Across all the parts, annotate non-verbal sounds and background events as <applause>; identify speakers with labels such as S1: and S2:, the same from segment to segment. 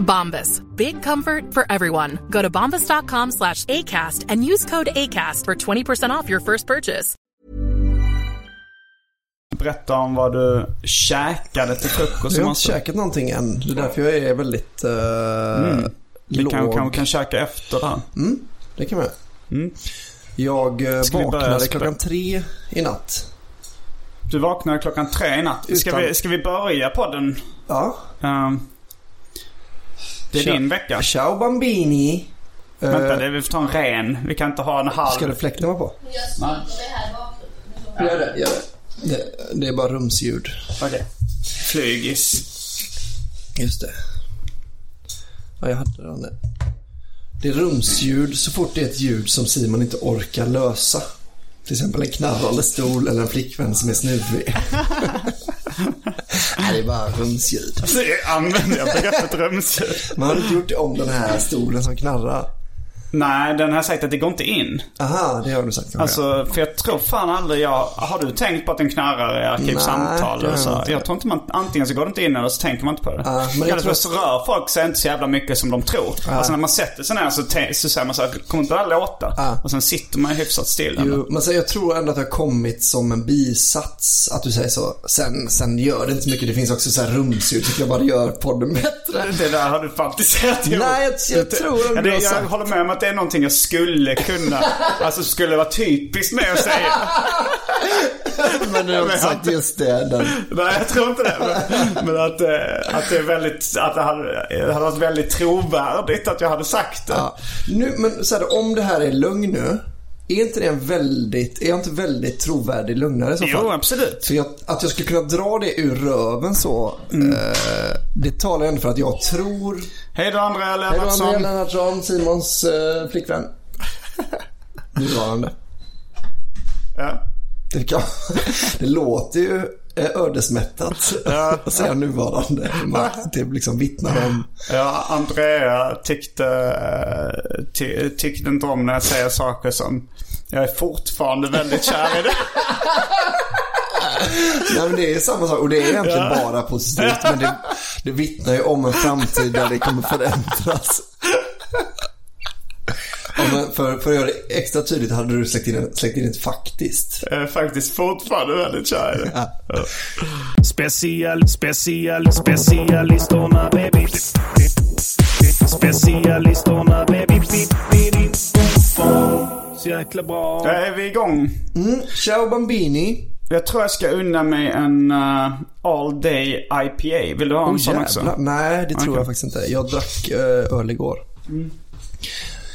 S1: Bombas. Big comfort for everyone. Go to bombas.com slash ACAST and use code ACAST for 20% off your first purchase.
S2: Berätta om vad du käkade till frukost i
S3: Jag har inte
S2: morse.
S3: käkat någonting än. Det är därför jag är väldigt eh,
S2: Mm. Vi
S3: låg.
S2: kan, kan, kan käka efter det här.
S3: Mm, det kan vi.
S2: Mm.
S3: Jag eh,
S2: Ska vi börja
S3: vaknade
S2: spä-
S3: klockan tre i natt.
S2: Du vaknade klockan tre i natt. Ska,
S3: Utan-
S2: vi, ska vi börja podden?
S3: Ja.
S2: Ehm, det är
S3: Tja.
S2: din vecka.
S3: Ciao Bambini. Eh,
S2: Vänta, det, vi får ta en ren. Vi kan inte ha en halv.
S3: Ska det fläkten vara på? Gör det, gör det. Det, det är bara rumsljud.
S2: Okej. Flygis.
S3: Just det. Ja, jag hade den där. Det är rumsljud så fort det är ett ljud som Simon inte orkar lösa. Till exempel en knarrande stol eller en flickvän som är snuvig. <laughs> Nej, det är bara rumsljud.
S2: Det <laughs> Använder jag begreppet rumsljud?
S3: Man har inte gjort om den här stolen som knarrar.
S2: Nej, den har sagt att det går inte in.
S3: Aha, det har du sagt. kanske.
S2: Alltså, för jag tror fan aldrig jag... Har du tänkt på att den knarrar i
S3: Nej, det
S2: arkivsamtal?
S3: har
S2: och så?
S3: jag inte.
S2: Jag tror inte man... Antingen så går det inte in eller så tänker man inte på det.
S3: Ja, men jag
S2: Eller
S3: tror-
S2: så rör folk sig inte så jävla mycket som de tror. Alltså när man sätter sig ner så, tän- så säger man så här, kommer inte det här låta?
S3: Ja.
S2: Och sen sitter man hyfsat still.
S3: Jo, men sen, jag tror ändå att det har kommit som en bisats att du säger så. Sen, sen gör det inte så mycket. Det finns också så här rumsljud. Tycker jag bara det gör podden bättre.
S2: Det där har du fantiserat ihop.
S3: Nej, jag, jag tror ändå
S2: Ja, det,
S3: jag
S2: jag
S3: sagt.
S2: håller med om att det är någonting jag skulle kunna, alltså skulle vara typiskt med att säga.
S3: Men du har inte sagt just det. Den.
S2: Nej, jag tror inte det. Men, men att, eh, att det är väldigt, att det hade, det hade varit väldigt trovärdigt att jag hade sagt det.
S3: Ja. Nu, men så här, om det här är lögn nu. Är inte det en väldigt, är jag inte väldigt trovärdig lögnare i så fall?
S2: Jo, absolut.
S3: För jag, att jag skulle kunna dra det ur röven så. Eh, det talar ju ändå för att jag tror.
S2: Hej då Andrea
S3: Hej då Andrea
S2: Lennartsson.
S3: Lennartsson, Simons eh, <laughs> flickvän. Nuvarande.
S2: Ja.
S3: Det, kan, det låter ju eh, ödesmättat att säga <laughs> nuvarande. Man- Det liksom vittnar om...
S2: ja, Andrea tyckte, eh, ty, tyckte inte om när jag säger saker som jag är fortfarande väldigt kär i dig.
S3: Nej, men det är samma sak och det är egentligen bara positivt. Men det, det vittnar ju om en framtid där det kommer förändras. Ja, men för, för att göra det extra tydligt hade du släckt in, släckt in ett faktiskt.
S2: Jag är faktiskt fortfarande väldigt kär i dig.
S4: Special, special, specialisterna baby. Specialisterna baby. Så jäkla bra.
S2: Då är vi igång.
S3: Ciao Bambini.
S2: Jag tror jag ska unna mig en eh, all day IPA. Vill du ha en sån
S3: Jävlar.
S2: också?
S3: Nej, det tror
S2: Okej.
S3: jag faktiskt inte. Jag drack eh, öl igår.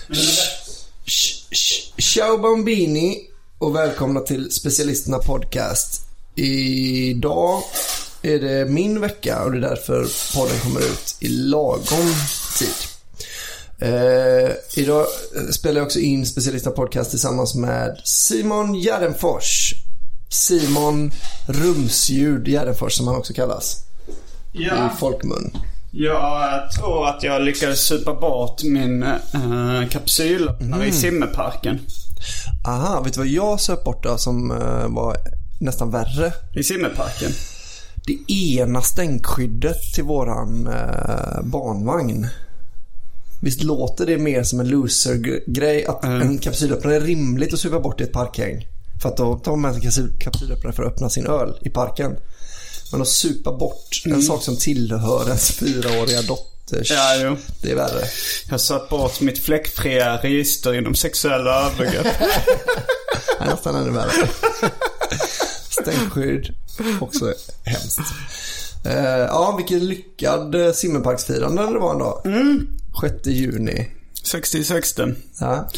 S3: Sh- sh- Ciao Bambini och välkomna till Specialisterna Podcast. Idag är det min vecka och det är därför podden kommer ut i lagom tid. Eh, idag spelar jag också in Specialista Podcast tillsammans med Simon Gärdenfors. Simon Rumsljud Gärdenfors som han också kallas
S2: Ja.
S3: i folkmun.
S2: Jag tror att jag lyckades supa bort min äh, kapsyl
S3: Mm.
S2: i simmerparken.
S3: Aha, vet du vad jag söp bort då som eh, var nästan värre?
S2: I simmerparken.
S3: Det ena stänkskyddet till våran eh, barnvagn. Visst låter det mer som en loser-grej att
S2: Mm.
S3: en kapsylöppnare är rimligt att supa bort i ett parkhäng? För att då tar man med sig en kapsyl- kapsylöppnare för att öppna sin öl i parken. Men att supa bort en sak som tillhör ens fyraåriga dotters.
S2: Mm. Ja, jo.
S3: Det är värre.
S2: Jag söp bort mitt fläckfria register inom sexuella
S3: <laughs>
S2: övergrepp.
S3: Nej, Äh, nästan ännu <laughs> värre. Stänkskydd. Också hemskt. Eh, ja, vilken lyckad eh, simmerparksfirande det var ändå. Mm. 6 juni.
S2: 66.
S3: Ja.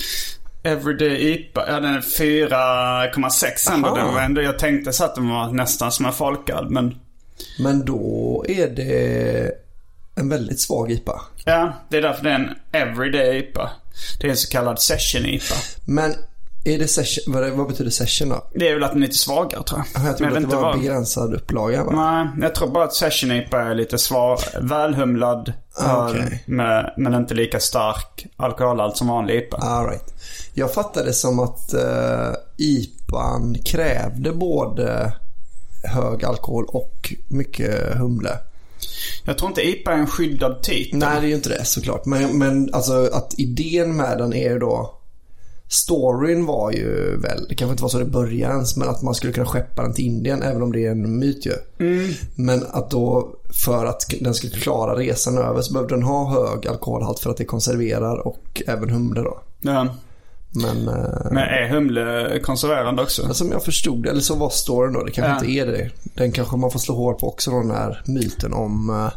S2: Everyday IPA. Ja, den är 4,6 ändå.
S3: Aha.
S2: Det var ändå. Jag tänkte så att den var nästan som en folköl, men...
S3: Men då är det en väldigt svag IPA.
S2: Ja, det är därför det är en everyday IPA. Det är en så kallad session IPA.
S3: Men är det session, vad, vad betyder session då?
S2: Det är väl att den är lite svagare tror jag.
S3: Jag
S2: Men
S3: trodde att
S2: vet
S3: det
S2: inte
S3: var
S2: vad.
S3: en begränsad upplaga va?
S2: Nej, jag tror bara att session IPA är lite svag, välhumlad
S3: Ah,
S2: öl
S3: okej.
S2: med, men inte lika stark alkoholhalt som vanlig IPA.
S3: All right. Jag fattade det som att eh, IPAn krävde både hög alkohol och mycket humle.
S2: Jag tror inte IPA är en skyddad typ. titel.
S3: Nej, det är ju inte det såklart. Men, men alltså att idén med den är ju då... Storyn var ju väl, det kanske inte var så det började ens, men att man skulle kunna skeppa den till Indien även om det är en myt ju.
S2: Mm.
S3: Men att då för att den skulle klara resan över så behövde den ha hög alkoholhalt för att det konserverar och även humle då.
S2: Ja.
S3: Men, eh,
S2: Men är humle konserverande också?
S3: men som jag förstod det, eller så var storyn då, det kanske
S2: Ja.
S3: inte är det. Den kanske man får slå hål på också då, den här myten om, eh,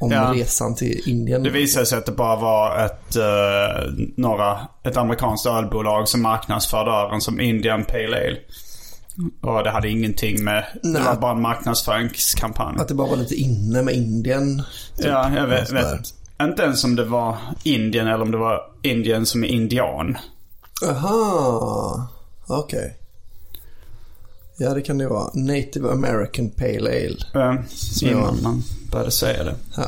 S3: om
S2: Ja.
S3: resan till Indien.
S2: Det visade sig att det bara var ett, eh, några, ett amerikanskt ölbolag som marknadsförde ölen som Indian Pale Ale. Och det hade ingenting med...
S3: Nej. typ.
S2: Det var bara en marknadsföringskampanj.
S3: Att det bara var lite inne med Indien.
S2: ja, jag vet,
S3: något
S2: vet inte ens om det var Indien eller om det var Indien som är indian.
S3: Aha, okej. Ja, det kan det ju vara. Native American Pale Ale.
S2: Eh, innan
S3: jag.
S2: man började säga det.
S3: Ja.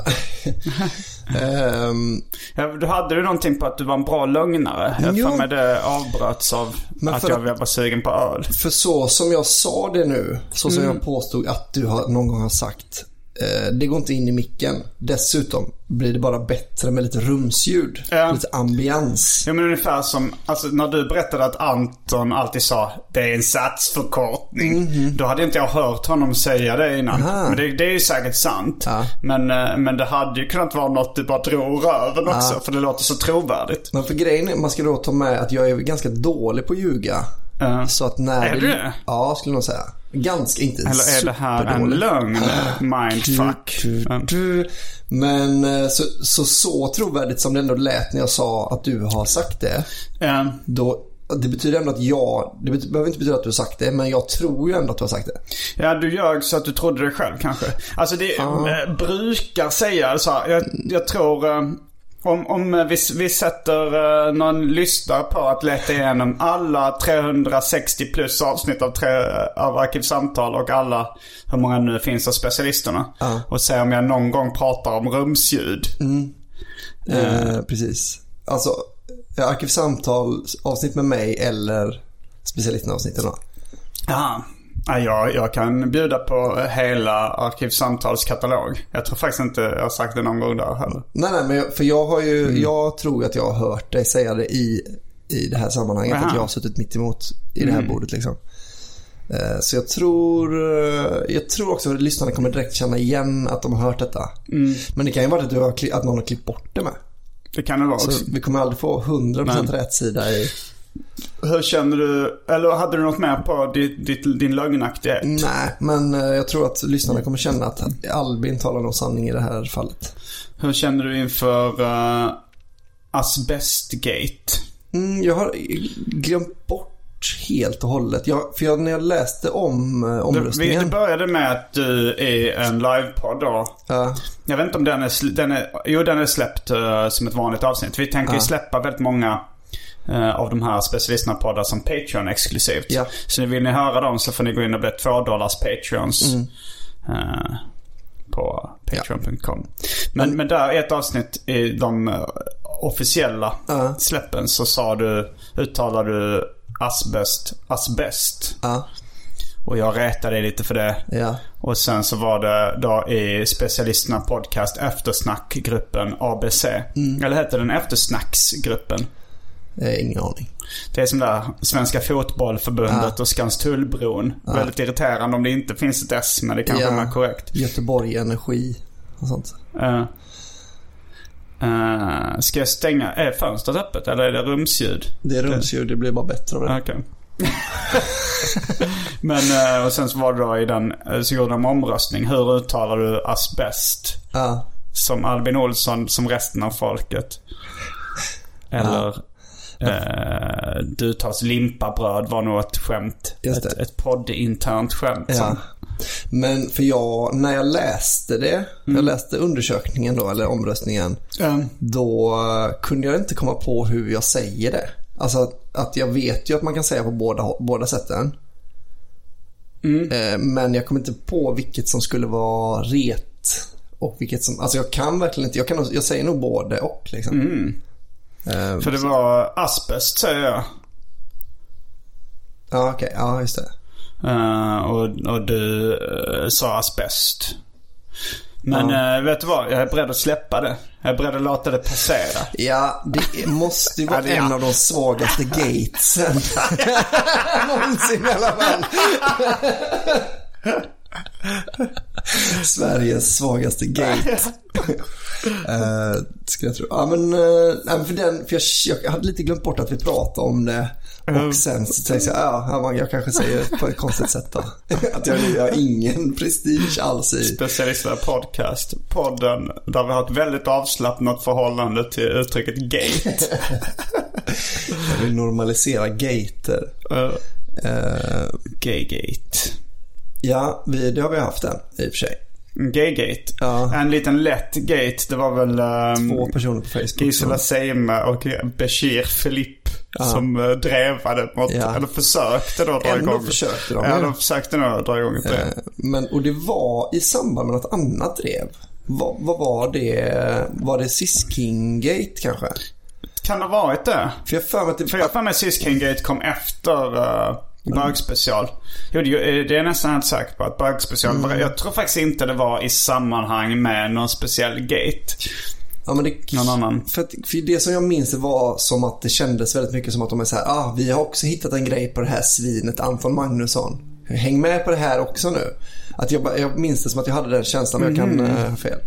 S3: Ehm,
S2: Ja, du hade ju någonting på att du var en bra lögnare. Jag
S3: Jo.
S2: för mig det avbröts av
S3: Men
S2: att
S3: för
S2: jag
S3: att-
S2: var sugen på öl.
S3: för så som jag sa det nu, så som jag påstod att du har, någon gång har sagt, eh, det går inte in i micken. Dessutom blir det bara bättre med lite rumsljud,
S2: Ja.
S3: lite ambians.
S2: Ja men ungefär som, alltså när du berättade att Anton alltid sa det är en satsförkortning. Då hade inte jag hört honom säga det innan.
S3: Mhm. Aha.
S2: Men det, det är ju säkert sant.
S3: Ja.
S2: Men, eh, men det hade ju kunnat vara något du bara drog röven också. För det låter så trovärdigt.
S3: Men för grejen är, man ska då ta med att jag är ganska dålig på att ljuga.
S2: Ja.
S3: Så att när
S2: Är
S3: det-
S2: du det?
S3: Ja, skulle jag nog säga. Ganska, inte
S2: Eller är det här en
S3: superdålig.
S2: lögn?
S3: Ah,
S2: Mindfuck.
S3: Du,
S2: Ja.
S3: du, du. Men eh, så, så, så trovärdigt som det ändå lät när jag sa att du har sagt det.
S2: Ja.
S3: Då, det betyder ändå att jag, det bet- behöver inte betyda att du har sagt det, men jag tror ju ändå att du har sagt det.
S2: Ja, du ljög så att du trodde det själv kanske. Alltså det eh, brukar säga så här, jag, jag tror... eh, Om, om eh, vi, vi sätter eh, någon lyssnare på att leta igenom alla 360 plus avsnitt av, tre, av Arkivsamtal och alla, hur många nu finns av specialisterna. Och se om jag någon gång pratar om rumsljud. Mm.
S3: Eh, precis. Alltså, eh, arkivsamtal, avsnitt med mig eller specialistavsnitten då.
S2: Ja. Ja, jag, jag kan bjuda på hela Arkivsamtalskatalog. Jag tror faktiskt inte jag har sagt det någon gång där heller.
S3: Nej, nej, men jag, för jag har ju,
S2: Mm.
S3: jag tror att jag har hört dig säga det i, i det här sammanhanget.
S2: Aha. Mm.
S3: Att jag har suttit mitt emot i det här bordet liksom. Eh, Så jag tror, eh, jag tror också att lyssnarna kommer direkt känna igen att de har hört detta.
S2: Mm.
S3: Men det kan ju vara att, du har, kli- att någon har klippt bort det med.
S2: Det kan det vara också.
S3: Så vi kommer aldrig få 100% rätt sida i...
S2: Hur känner du, eller hade du något mer på ditt, ditt, din lögnaktighet?
S3: Nej, men eh, jag tror att lyssnarna kommer känna att Albin talar nog sanning i det här fallet.
S2: Hur känner du inför uh, asbestgate?
S3: Mm, jag har glömt bort bort helt och hållet. Jag, för jag, när jag läste om eh,
S2: Du, vi, det
S3: omröstningen.
S2: började med att du är en livepodd då.
S3: Ja.
S2: Jag vet inte om den är, sl- den är, jo, den är släppt eh, som ett vanligt avsnitt. Vi tänker ju släppa väldigt många eh, av de här specialisterna poddar som Patreon exklusivt.
S3: Ja.
S2: Så vill ni höra dem så får ni gå in och bli 2 dollars Patreons. eh, på patreon.com.
S3: Mm.
S2: Men, men där i ett avsnitt i de eh, officiella släppen så sa du, uttalade du asbest, asbest.
S3: Ja.
S2: Och jag retade dig lite för det.
S3: Ja.
S2: Och sen så var det då i specialisterna podcast eftersnackgruppen ABC.
S3: Mm.
S2: Eller hette den eftersnacksgruppen?
S3: Eh, ingen aning.
S2: Det är som där Svenska Fotbollförbundet och Skanstullbron. Väldigt irriterande om det inte finns ett S men det kanske
S3: Ja.
S2: är korrekt.
S3: Göteborg Energi och sånt.
S2: Uh, uh, ska jag stänga, är fönstret öppet eller är det rumsljud?
S3: Det är rumsljud, det blir bara bättre av det.
S2: Okej. <laughs> Men eh, och sen så var det då i den, eh, så gjorde de omröstning. Hur uttalar du asbest?
S3: Ja.
S2: Som Albin Olsson, som resten av folket. Eller eh, du tas limpabröd var nog ett skämt.
S3: Just
S2: Ett,
S3: det.
S2: ett poddinternt skämt.
S3: Ja.
S2: Som,
S3: Men för jag, när jag läste det, jag läste undersökningen då, eller omröstningen,
S2: Ja.
S3: då eh, kunde jag inte komma på hur jag säger det. Alltså att, att jag vet ju att man kan säga på båda, båda sätten. Eh, Men jag kom inte på vilket som skulle vara ret och vilket som, alltså jag kan verkligen inte, jag, kan, nog- jag säger nog både och liksom. Eh,
S2: för det var asbest säger jag.
S3: Ja, okej, ja just det.
S2: Eh, och, och du eh, sa asbest. Men eh, vet du vad? Jag är beredd att släppa det. Jag är beredd att låta det passera.
S3: Ja, det är- måste ju vara
S2: Ja, det är-
S3: en av de svagaste gatesen.
S2: <laughs>
S3: Någonsin i alla fall. Sveriges svagaste gate. Eh, ska jag tro. Ja, men, eh, nej, men för den, för jag, jag hade lite glömt bort att vi pratade om det.
S2: Mm.
S3: Och sen så tänkte jag, ja, ja, man- jag kanske säger det på ett konstigt sätt då. <laughs> Att jag, jag har ingen prestige alls i.
S2: Specialisterna podcast. Podden där vi har ett väldigt avslappnat förhållande till uttrycket gate.
S3: <laughs> Jag vill normalisera gater.
S2: Eh,
S3: Eh,
S2: Gaygate.
S3: Ja, vi, det har vi haft en i och för sig.
S2: Gaygate.
S3: Ja.
S2: En liten lätt gate. Det var väl ehm,
S3: Två personer på Facebook.
S2: Gisela Seime och Bashir Filipp som eh, drevade mot,
S3: Ja.
S2: eller försökte då dra
S3: Ändå
S2: igång.
S3: försökte de. Eh,
S2: ja, de försökte nog dra igång ett drev.
S3: Men, och det var i samband med något annat drev. Vad, vad var det? Var det Sisking-gate kanske?
S2: Kan det ha varit det?
S3: För jag har för mig att det...
S2: För jag har för mig att Siskin Gate kom efter uh,
S3: Mm.
S2: Bögspecial. Jo, det, det är jag nästan helt säker på. Att Bögspecial,
S3: Mm.
S2: jag tror faktiskt inte det var i sammanhang med någon speciell gate.
S3: ja, men det
S2: Någon annan.
S3: För, att, för det som jag minns det var som att det kändes väldigt mycket som att de är så här, ah, vi har också hittat en grej på det här svinet, Anton Magnusson. Häng med på det här också nu. Att jag, bara- jag minns det som att jag hade den känslan, men jag kan
S2: Mm.
S3: eh, ha fel.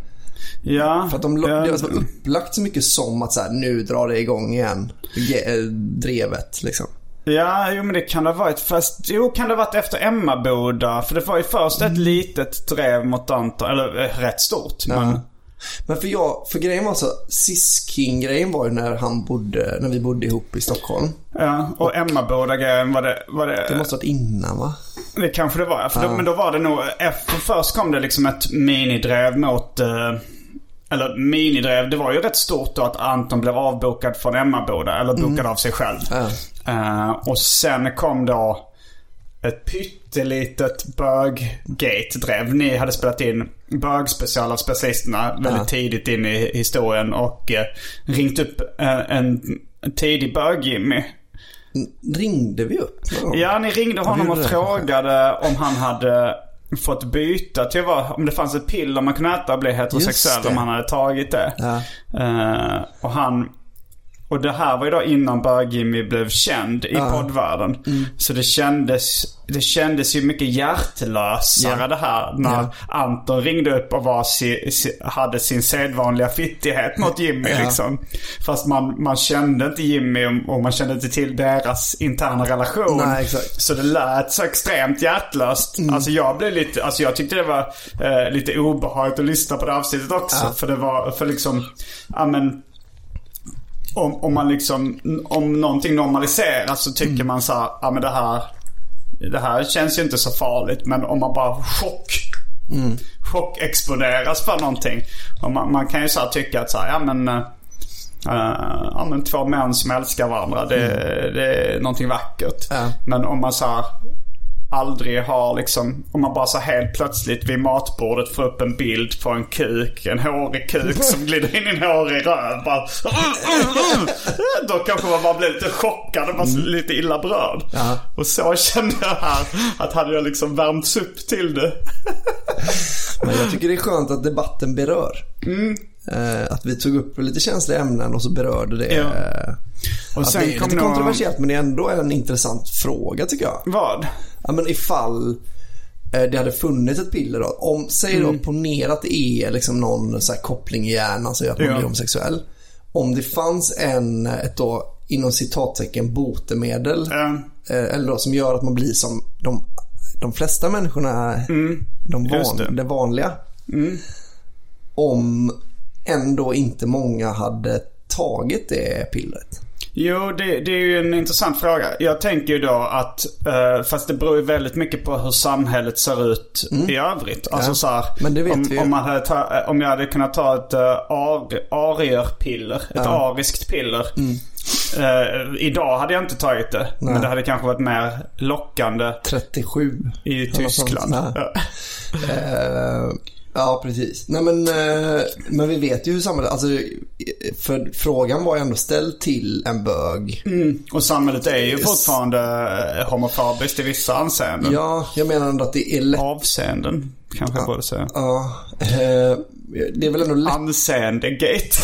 S2: Ja. Eh,
S3: För att de,
S2: ja.
S3: det var så upplagt så mycket som att så här, nu drar det igång igen. Ge- eh, Drevet liksom.
S2: Ja, jo men det kan det ha varit. Fast, jo kan det ha varit efter Emmaboda. För det var ju först
S3: Mm.
S2: ett litet drev mot Anton. Eller eh, rätt stort. Men,
S3: Men för, jag, för grejen var så, Sisking-grejen var ju när han bodde, när vi bodde ihop i Stockholm.
S2: ja, och Emmaboda-grejen var det... Var det,
S3: Det måste varit innan va?
S2: Det kanske det var, ja. för då, men då var det nog... Efter, först kom det liksom ett minidrev mot... Eh, eller minidrev, det var ju rätt stort då att Anton blev avbokad från Emmaboda. Eller bokad av sig själv. Eh, och sen kom då ett pyttelitet bög-gate-drev. Ni hade spelat in bögspecial av specialisterna väldigt tidigt in i historien och eh, ringt upp en, en tidig bög-Jimmy.
S3: Ringde vi upp någon gång?
S2: Ja, ni ringde honom
S3: gjorde
S2: och
S3: det,
S2: frågade om han hade fått byta till vad, om det fanns ett piller man kunde äta och bli
S3: Just
S2: heterosexuell
S3: det.
S2: om han hade tagit det.
S3: Ja.
S2: Eh, och han... Och det här var ju då innan Bög-Jimmy blev känd i poddvärlden.
S3: Mm.
S2: Så det kändes, det kändes ju mycket hjärtlösare
S3: Ja.
S2: det här när
S3: Ja.
S2: Anton ringde upp och var si, si, hade sin sedvanliga fittighet mot Jimmy liksom. Fast man, man kände inte Jimmy och- och man kände inte till deras interna relation.
S3: Nej, exakt. Mm.
S2: Så det lät så extremt hjärtlöst. Alltså jag blev lite, alltså jag tyckte det var eh, lite obehagligt att lyssna på det avsnittet också. För det var, för liksom, ja men om, om man liksom, om någonting normaliseras så tycker man så här, ja men det här, det här känns ju inte så farligt. Men om man bara chock, chockexponeras för någonting. Och man, man kan ju så här tycka att så här, ja men, eh, eh, ja men två män som älskar varandra, det, det är någonting vackert.
S3: Ja.
S2: Men om man så här, aldrig har liksom, om man bara så helt plötsligt vid matbordet får upp en bild på en kuk, en hårig kuk
S3: <laughs>
S2: som glider in i en hårig röv. Bara, "Ah, då kanske man bara blir lite chockad och bara så lite illa berörd.
S3: Mm. Ja.
S2: Och så kände jag här att hade jag liksom värmts upp till
S3: <laughs>
S2: det.
S3: Men jag tycker det är skönt att debatten berör.
S2: Mm.
S3: Eh, Att vi tog upp lite känsliga ämnen och så berörde det.
S2: Ja.
S3: eh,
S2: Och
S3: att
S2: sen
S3: det är
S2: kom
S3: lite
S2: någon-
S3: kontroversiellt men det är ändå en intressant fråga tycker jag.
S2: Vad?
S3: Ja, men ifall eh, det hade funnits ett piller då. Om, säg
S2: Mm.
S3: då, ponera att det är liksom någon så här koppling i hjärnan som gör att man
S2: Ja.
S3: blir homosexuell. Om det fanns en, eh, ett då, inom citattecken, botemedel.
S2: Ja.
S3: Eh, eller då, som gör att man blir som de, de flesta människorna, de
S2: Mm. just
S3: van,
S2: det. Mm.
S3: det. vanliga. Om ändå inte många hade tagit det pillret.
S2: Jo, det, det är ju en intressant fråga. Jag tänker ju då att, eh, fast det beror ju väldigt mycket på hur samhället ser ut i övrigt. Alltså
S3: Mm. Ja.
S2: så här,
S3: Men det vet
S2: om,
S3: vi ju.
S2: om, man hade ta, eh, om jag hade kunnat ta ett uh, ar, arier-piller, ett ariskt piller.
S3: Mm.
S2: Eh, idag hade jag inte tagit det. Men det hade kanske varit mer lockande
S3: 37.
S2: i
S3: något sånt.
S2: Tyskland.
S3: Ja.
S2: Ja.
S3: Eh, ja, precis. Nej, men, eh, men vi vet ju hur samhället... Alltså, för frågan var ju ändå ställd till en bög.
S2: Mm. Och samhället är ju
S3: Yes.
S2: fortfarande eh, homofobiskt i vissa anseenden.
S3: Ja, jag menar ändå att det är lätt...
S2: Avseenden, kanske jag borde säga.
S3: Ja, eh, det är väl ändå lätt.
S2: Anseende-gate.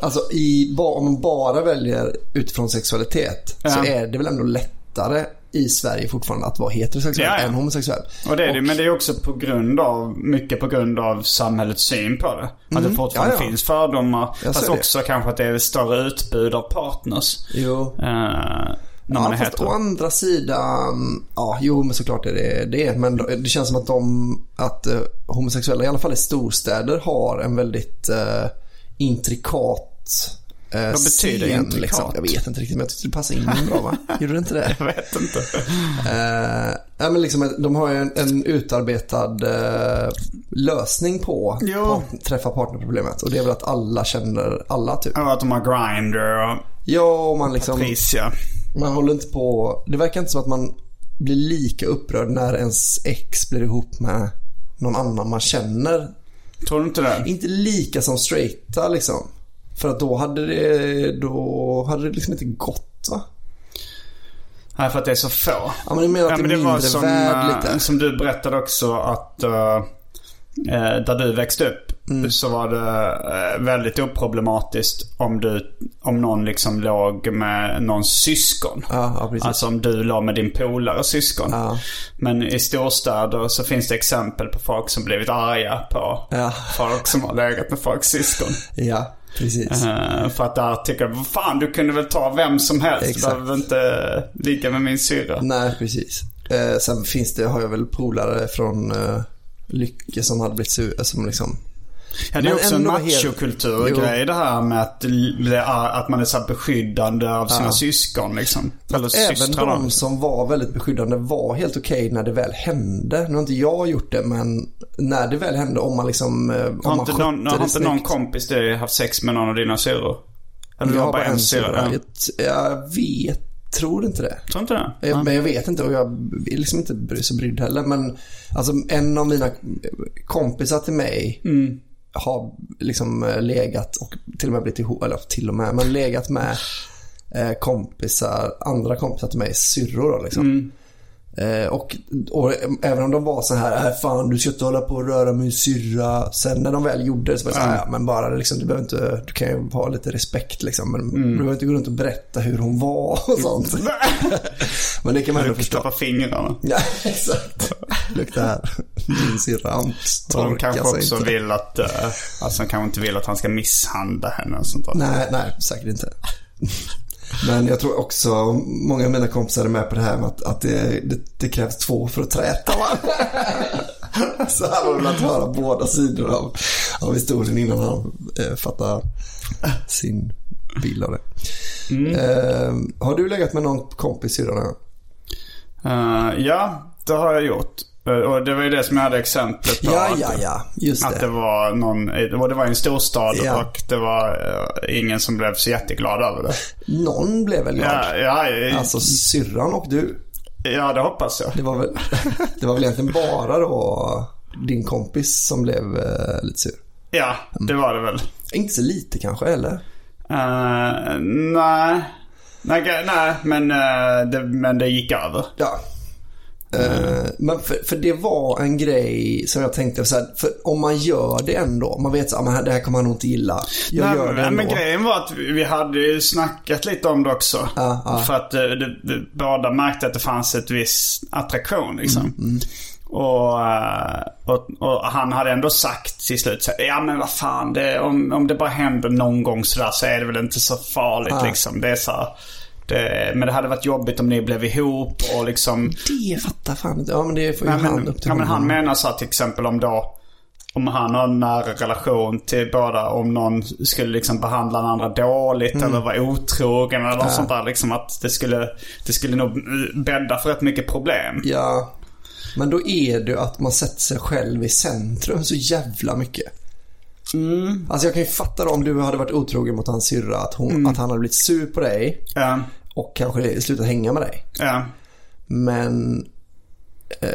S3: Alltså, i, ba- om man bara väljer utifrån sexualitet så
S2: Ja.
S3: är det väl ändå lättare i Sverige fortfarande att vara heterosexuell
S2: Ja, ja.
S3: än homosexuell.
S2: Och det är det, men det är också på grund av, mycket på grund av samhällets syn på det. Att det fortfarande
S3: Mm. ja, ja.
S2: finns fördomar.
S3: Jag
S2: Fast
S3: ser det.
S2: också kanske att det är större utbud av partners.
S3: Jo.
S2: Eh, när man
S3: Ja,
S2: är
S3: fast å
S2: hetero.
S3: andra sidan, ja jo men såklart är det det. Men det känns som att de, att eh, homosexuella i alla fall i storstäder har en väldigt eh, intrikat eh,
S2: Vad betyder
S3: scen,
S2: intrikat?
S3: Liksom. Jag vet inte riktigt men jag tyckte det
S2: <laughs>
S3: passade in bra va? Gjorde det inte det?
S2: Jag vet inte.
S3: Eh, ja, men liksom, de har ju en, en utarbetad eh, lösning på
S2: Jo.
S3: part, träffa partnerproblemet. Och det är väl att alla känner alla typ.
S2: Och att de har grinder och
S3: Ja, och man liksom...
S2: Patricia.
S3: Man håller inte på... Det verkar inte som att man blir lika upprörd när ens ex blir ihop med någon annan man känner.
S2: Tror du inte det?
S3: Inte lika som straighta liksom. För att då hade det, då hade det liksom inte gått va?
S2: Nej, för att det är så få.
S3: Ja men jag menar att det är mindre värd
S2: eh,
S3: lite.
S2: som du berättade också att eh, eh, där du växte upp
S3: Mm.
S2: så var det eh, väldigt oproblematiskt om, du, om någon liksom låg med någons syskon.
S3: Ja, ja precis.
S2: Alltså om du låg med din polares syskon.
S3: Ja.
S2: Men i storstäder så finns det exempel på folk som blivit arga på
S3: Ja.
S2: folk som har legat med folks
S3: <laughs>
S2: syskon.
S3: Ja, precis.
S2: Eh, för att där tycker jag, "Vad fan du kunde väl ta vem som helst.
S3: Exakt.
S2: Du behöver inte ligga med min syrra.
S3: Nej, precis. Eh, sen finns det, har jag väl polare från eh, Lycke som hade blivit sur, som liksom...
S2: Ja, det är
S3: Men
S2: också en
S3: ändå helt-
S2: machokulturgrej det här med att, l- att man är så här beskyddande av sina syskon liksom. Eller
S3: Även
S2: systrar.
S3: de som var väldigt beskyddande var helt okej när det väl hände. Nu har inte jag gjort det men när det väl hände om man liksom... eh, Om
S2: Har
S3: man
S2: inte,
S3: skötte
S2: någon, har
S3: det
S2: inte någon
S3: snyggt.
S2: kompis du haft sex med någon av dina syrror? Eller du
S3: Jag
S2: har bara en syrra?
S3: syrra.
S2: Ja.
S3: Jag, t- jag vet, tror inte det.
S2: Tror inte det?
S3: Jag, Men jag vet inte och jag är liksom inte bry- så brydd heller. Men alltså, en av mina kompisar till mig
S2: Mm.
S3: har liksom eh, legat och till och med blivit ihop, eller till och med, men legat med eh, kompisar, andra kompisar till mig, syrror då liksom. Eh, och, och även om de var så här, äh, fan du ska inte hålla på och röra min syrra. Sen när de väl gjorde det så var det så här, ja, men bara liksom, du behöver inte, du kan ju ha lite respekt liksom. Men
S2: Mm.
S3: du behöver inte gå runt och berätta hur hon var och sånt.
S2: <laughs>
S3: men det kan man ändå
S2: Lukta på
S3: förstå.
S2: fingrarna.
S3: Ja, <laughs>
S2: <laughs>
S3: exakt. Lukta här. Min syrra Ants
S2: De
S3: torkar
S2: kanske
S3: sig
S2: också
S3: inte.
S2: vill att, eh, alltså de kanske inte vill att han ska misshandla henne och sånt där.
S3: Nej, nej, säkert inte. Men jag tror också, många av mina kompisar är med på det här med att, att det, det, det krävs två för att träta. va? Så här har man velat höra båda sidor av, av historien innan han eh, fattar sin bild av det.
S2: Mm.
S3: Eh, har du legat med någon kompis syrran? här?
S2: Eh, ja, det har jag gjort. Eh, och det var ju det som jag hade exemplet på.
S3: Ja,
S2: att-
S3: ja, ja. Just
S2: Att det
S3: det.
S2: var någon, och det var i en storstad
S3: Ja.
S2: och det var eh, ingen som blev så jätteglad över
S3: <laughs>
S2: det.
S3: Någon blev väl glad?
S2: Ja, ja, ja,
S3: Alltså syrran och du.
S2: ja det hoppas jag.
S3: Det var väl, <laughs> det var väl egentligen bara då din kompis som blev eh, lite sur.
S2: Ja, det var det väl.
S3: Inte så lite kanske, eller?
S2: Eh, nej. Nej, ge- nej men, eh, det, men det gick över.
S3: Ja. Eh, Men för, för det var en grej som jag tänkte så här, för om man gör det ändå, om man vet så här, "Ah, "Men det här kommer han nog inte gilla. Jag
S2: nej,
S3: gör det
S2: men,
S3: ändå.
S2: men grejen var att vi vi hade ju snackat lite om det också. För att eh, det, det, båda märkte att det fanns ett viss attraktion liksom.
S3: Mm,
S2: Och, eh, och, och han hade ändå sagt till slut så här, ja men vad fan, det, om, om det bara händer någon gång sådär så är det väl inte så farligt liksom. Det är så här, det, men det hade varit jobbigt om ni blev ihop och liksom...
S3: Det fattar fan inte. Ja men det får ju
S2: Nej, men,
S3: han upp till
S2: ja, men han
S3: honom.
S2: menar så här till exempel om då om han har en nära relation till båda, om någon skulle liksom behandla den andra dåligt
S3: Mm.
S2: eller vara otrogen eller något sånt där. Liksom att det skulle, det skulle nog bädda för rätt mycket problem.
S3: Ja. Men då är det ju att man sätter sig själv i centrum så jävla mycket. Alltså jag kan ju fatta då om du hade varit otrogen mot hans syrra att, hon, att han hade blivit sur på dig
S2: Ja,
S3: och kanske slutat hänga med dig.
S2: ja,
S3: Men, eh,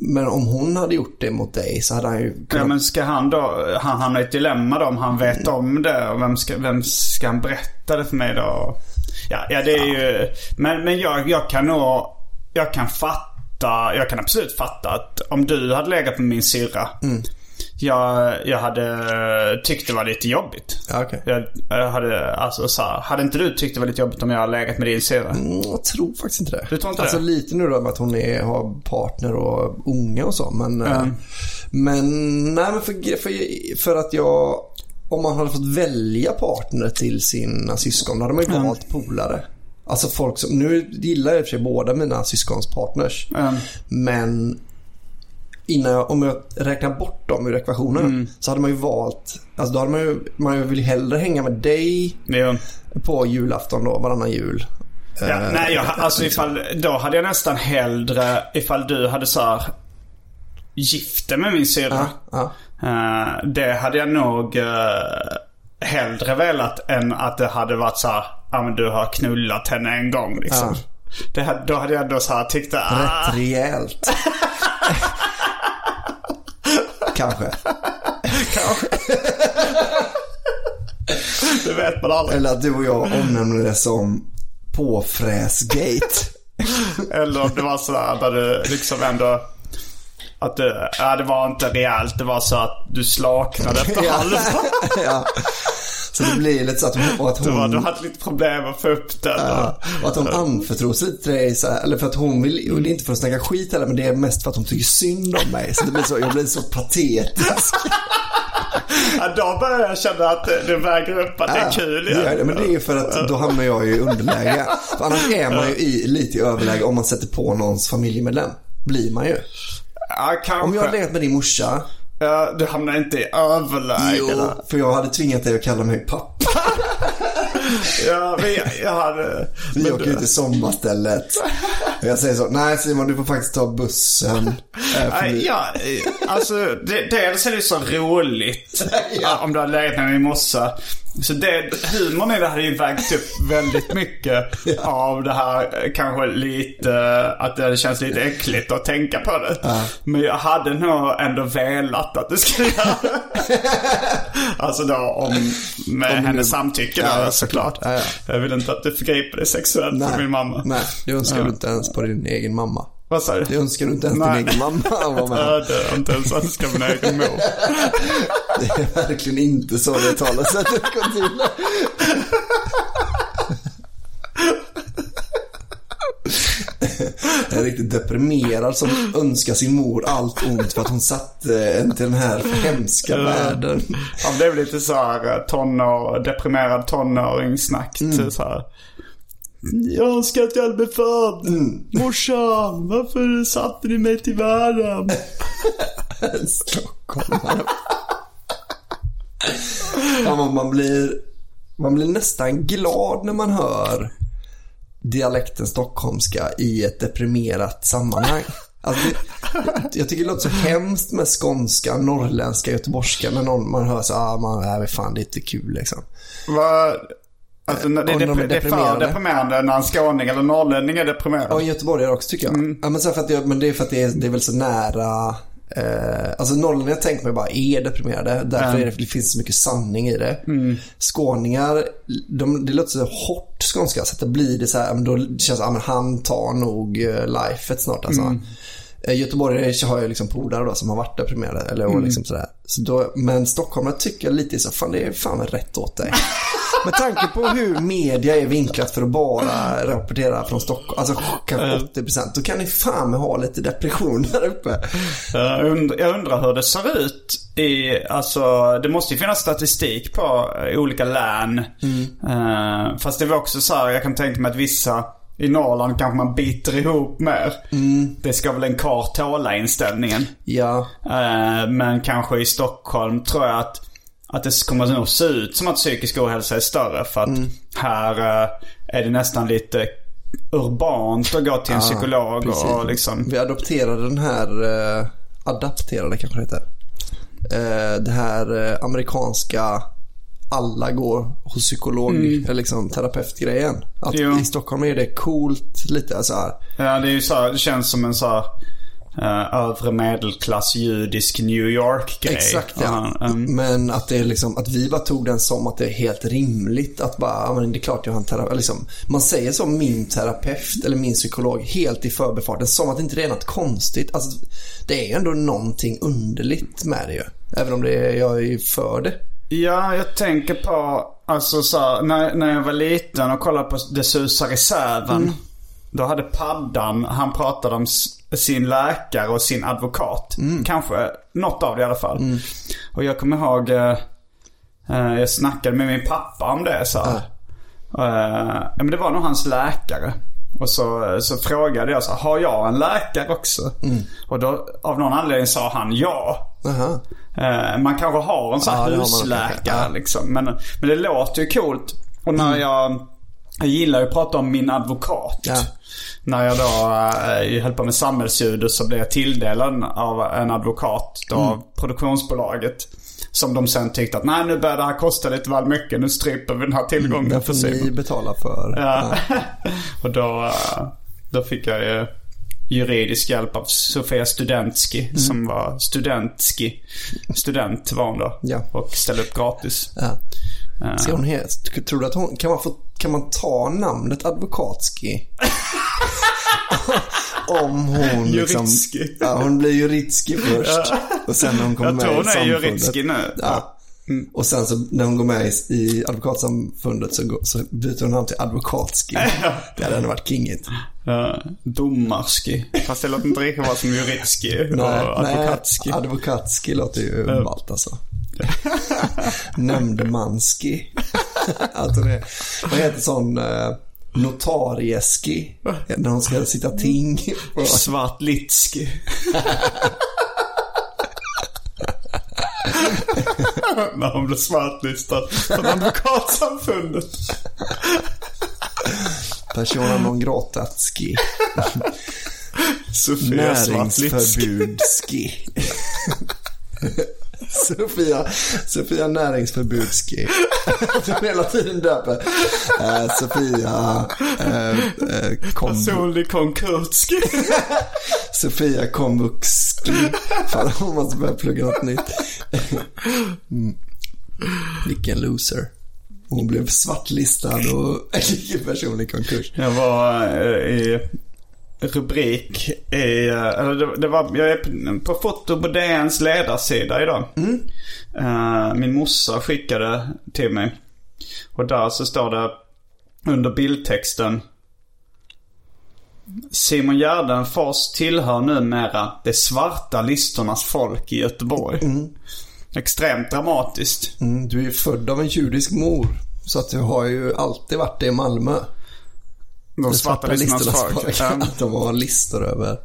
S3: men om hon hade gjort det mot dig så hade han ju kunnat...
S2: ja, men ska han då, han hamnar i ett dilemma då om han vet
S3: Mm.
S2: om det och vem ska, vem ska han berätta det för mig då? Ja, ja det är ju, men, men jag, jag kan nog, jag kan fatta, jag kan absolut fatta att om du hade legat med min syrra
S3: Mm.
S2: jag, jag hade tyckt det var lite jobbigt.
S3: Ja, okej.
S2: jag, jag hade, alltså så här, hade inte du tyckt det var lite jobbigt om jag hade legat med din syrra?
S3: Mm, Jag tror faktiskt inte det.
S2: Du tror inte
S3: alltså
S2: det?
S3: lite nu då med att hon är, har partner och unga och så. Men, eh, men nej men för, för, för att jag, om man hade fått välja partner till sina syskon, då hade man ju valt polare. Alltså folk som, nu gillar jag i och för sig båda mina syskons partners. Men innan jag, om jag räknar bort dem ur ekvationen
S2: Mm.
S3: så hade man ju valt, alltså då hade man ju, man vill hellre hänga med dig
S2: Jo.
S3: på julafton då, varannan jul.
S2: Ja, nej, jag, alltså ifall, då hade jag nästan hellre ifall du hade så här, gift dig med min syrra.
S3: Ja.
S2: Eh, det hade jag nog uh, hellre velat än att det hade varit så här, ja men du har knullat henne en gång liksom. Det, hade- då hade jag ändå så här tyckt att, ah,
S3: Rätt rejält. Kanske.
S2: det vet man aldrig.
S3: Eller att du och jag omnämner det som påfräsgate.
S2: Eller om det var så här där du liksom ändå... Att du, ja, det var inte rejält. Det var så att du slaknade
S3: <laughs>
S2: efter halsen.
S3: ja. Så det blir lite så att hon, och att
S2: Du, var- du
S3: hon,
S2: hade lite problem att få upp den.
S3: ja, och att hon anförtror sig lite till dig. Så här, eller för att hon vill, och det är inte för att snacka skit heller, men det är mest för att hon tycker synd om mig. Så det blir så, jag blir så patetisk.
S2: Ja, då började jag känna att det det väger upp att det är kul
S3: det gör det,
S2: igen.
S3: men det är ju för att då hamnar jag ju i underläge. För annars är man ju i, lite i överläge om man sätter på någons familjemedlem. Blir man ju.
S2: Ja, kanske.
S3: Om jag hade legat med din morsa.
S2: ja, du hamnar inte i överläge.
S3: Jo,
S2: där.
S3: för jag hade tvingat dig att kalla mig
S2: <laughs>
S3: pappa.
S2: Ja, men jag, jag hade...
S3: Vi
S2: men
S3: åker
S2: du-
S3: ju till sommarstället. Och jag säger så, nej Simon du får faktiskt ta
S2: <laughs>
S3: bussen. eh,
S2: Nej,
S3: förbi."
S2: Ja, eh, alltså det, dels är det så
S3: <laughs>
S2: roligt ja. om du hade legat med min morsa. Så det, humorn i det hade ju vägt upp väldigt mycket av det här eh, kanske lite, att det hade känts lite äckligt att tänka på det. Men jag hade nog ändå velat att du skulle göra det.
S3: <laughs>
S2: Alltså då om, med hennes samtycke då,
S3: Ja,
S2: såklart.
S3: ja, ja.
S2: Jag vill inte att du förgriper dig sexuellt på
S3: Nej,
S2: min mamma.
S3: nej, det önskar du inte ens på din egen mamma.
S2: Vad sa du?
S3: Det önskar du inte ens
S2: Nej.
S3: din
S2: <laughs>
S3: egen mamma att vara med.
S2: Öde, jag inte ens önskar min egen mor.
S3: Det är <laughs> verkligen inte så det talesättet går till. Jag är riktigt deprimerad som önskar sin mor allt ont för att hon satte en till den här hemska världen.
S2: Han blev lite så här eh, tonår, deprimerad tonåringssnack. Mm. Så här. Jag önskar att jag hade blivit född.
S3: Mm.
S2: Morsan, varför
S3: <laughs>
S2: satte ni mig till världen?
S3: En stockholmare. Ja, men man, blir, man blir nästan glad när man hör dialekten stockholmska i ett deprimerat sammanhang. Alltså, det, jag tycker det låter så hemskt med skånska, norrländska, göteborgska när någon, man hör så ah, man, nej, men fan det är inte kul liksom.
S2: Vad... Alltså, det,
S3: om
S2: är
S3: de är
S2: dep- det är för
S3: deprimerande.
S2: deprimerande när en skåning eller norrlänning är deprimerad.
S3: Ja, göteborgare också tycker jag. Ja, men, så här för att jag men det är för att det är, det är väl så nära. Eh, alltså norrlänningar tänker man ju bara är deprimerade. Därför är det, det finns så mycket sanning i det. Skåningar, de, det låter så hårt skånska. Så att det blir det så här, ja, men då känns det att han tar nog eh, lifet snart. Alltså. Eh, Göteborgare har ju liksom polare då som har varit deprimerade. Eller, och liksom sådär. Så då, men stockholmare tycker jag lite så, fan det är fan rätt åt dig. Med tanke på hur media är vinklat för att bara rapportera från Stockholm, alltså kanske 80%, då kan ni fan med ha lite depression där uppe.
S2: Jag Eh, und- jag undrar hur det ser ut i, alltså det måste ju finnas statistik på eh, olika län. Eh, fast det var också så här, jag kan tänka mig att vissa i Norrland kanske man biter ihop mer. Det ska väl en karl tåla inställningen.
S3: Ja,
S2: Eh, men kanske i Stockholm tror jag att, att det kommer nog se ut som att psykisk ohälsa är större. För att
S3: Mm.
S2: här eh, är det nästan lite urbant att gå till en psykolog
S3: Ah, precis.
S2: och liksom.
S3: vi adopterade den här, eh, adapterade kanske det heter. Eh, det här eh, amerikanska alla går hos psykolog, eller liksom terapeutgrejen. Att
S2: Jo.
S3: i Stockholm är det coolt lite så här.
S2: Ja, det är ju så här, det känns som en så här eh, övre medelklass judisk New York-grej.
S3: Exakt ja.
S2: Ja, ehm,
S3: Men att det är liksom, att vi bara tog den som att det är helt rimligt att bara, ja men det är klart jag har en terapeut. Liksom, man säger så min terapeut eller min psykolog helt i förbifarten som att det inte är något konstigt. Alltså, det är ju ändå någonting underligt med det ju. Även om det är, jag är ju för det.
S2: ja, jag tänker på, alltså så här, när, när jag var liten och kollade på Det susar i säven. Då hade Paddan, han pratade om s- sin läkare och sin advokat. Kanske något av det i alla fall. Och jag kommer ihåg, eh, eh, jag snackade med min pappa om det så här. Eh, ja, men det var nog hans läkare. Och så, eh, så frågade jag så här, har jag en läkare också? Och då av någon anledning sa han ja.
S3: Aha.
S2: Eh, man kanske har en sån
S3: Ja,
S2: här
S3: det har man
S2: husläkare
S3: kanske. Ja. Mm.
S2: liksom. Men, men det låter ju coolt. Och när jag, jag gillar ju att prata om min advokat.
S3: Ja.
S2: När jag då eh, höll på med samhällsljud så blev jag tilldelad av en advokat då,
S3: Mm.
S2: av produktionsbolaget. Som de sen tyckte att nej nu börjar det här kosta lite väl mycket. Nu stryper vi den här tillgången
S3: Den
S2: för
S3: får Mm, ni
S2: Simon.
S3: betala för.
S2: Ja. <laughs> och då, eh, då fick jag ju juridisk hjälp av Sofia Studentski
S3: Mm.
S2: som var Studentski. Student var hon då.
S3: Ja.
S2: Och ställde upp gratis. Eh,
S3: Ja. Ska hon heta, Eh, tror du att hon, kan man, få, kan man ta
S2: <laughs>
S3: namnet Advokatski? Om hon liksom...
S2: Juritski.
S3: Ja, hon blir Juritski först. Och sen när hon kommer
S2: Jag
S3: med
S2: tror
S3: i
S2: hon är
S3: samfundet.
S2: Juritski nu. Mm.
S3: Ja. Och sen så när hon går med i, i advokatsamfundet så, går, så byter hon namn till
S2: <laughs>
S3: Advokatski. Det hade ändå varit kingigt.
S2: Ja, domarski. Fast det låter inte riktigt vara som Juritski och
S3: Nej,
S2: Advokatski.
S3: Nej, advokatski låter ju ballt alltså. <laughs> Nämndemanski. <laughs> alltså det, vad heter sån eh, notarieski? När hon ska sitta ting. <laughs>
S2: Svartlitski. När hon blev svartlistad från Advokatsamfundet.
S3: Persona non gratatski.
S2: Sofia Svartlitski.
S3: Näringsförbudski. <laughs> Sofia, Sofia Näringsförbudski. Som hela tiden döper. Eh, Sofia eh, eh, kom,
S2: Personlig konkursski.
S3: Sofia Komvuxski. Fan, hon måste börja plugga något nytt. Mm. Vilken loser. Hon blev svartlistad och <laughs> gick i personlig konkurs.
S2: Jag var eh, i rubrik i, eh, eller det, det var, jag är på- på foto på DNs ledarsida idag. Eh, min morsa skickade till mig. Och där så står det under bildtexten. Simon Gärdenfors tillhör numera de svarta listornas folk i Göteborg. Extremt dramatiskt.
S3: Mm, du är ju född av en judisk mor. Så att du har ju alltid varit det i Malmö.
S2: De
S3: Den
S2: svarta, listornas folk. Ehm, Ja.
S3: <laughs> Att de har listor över.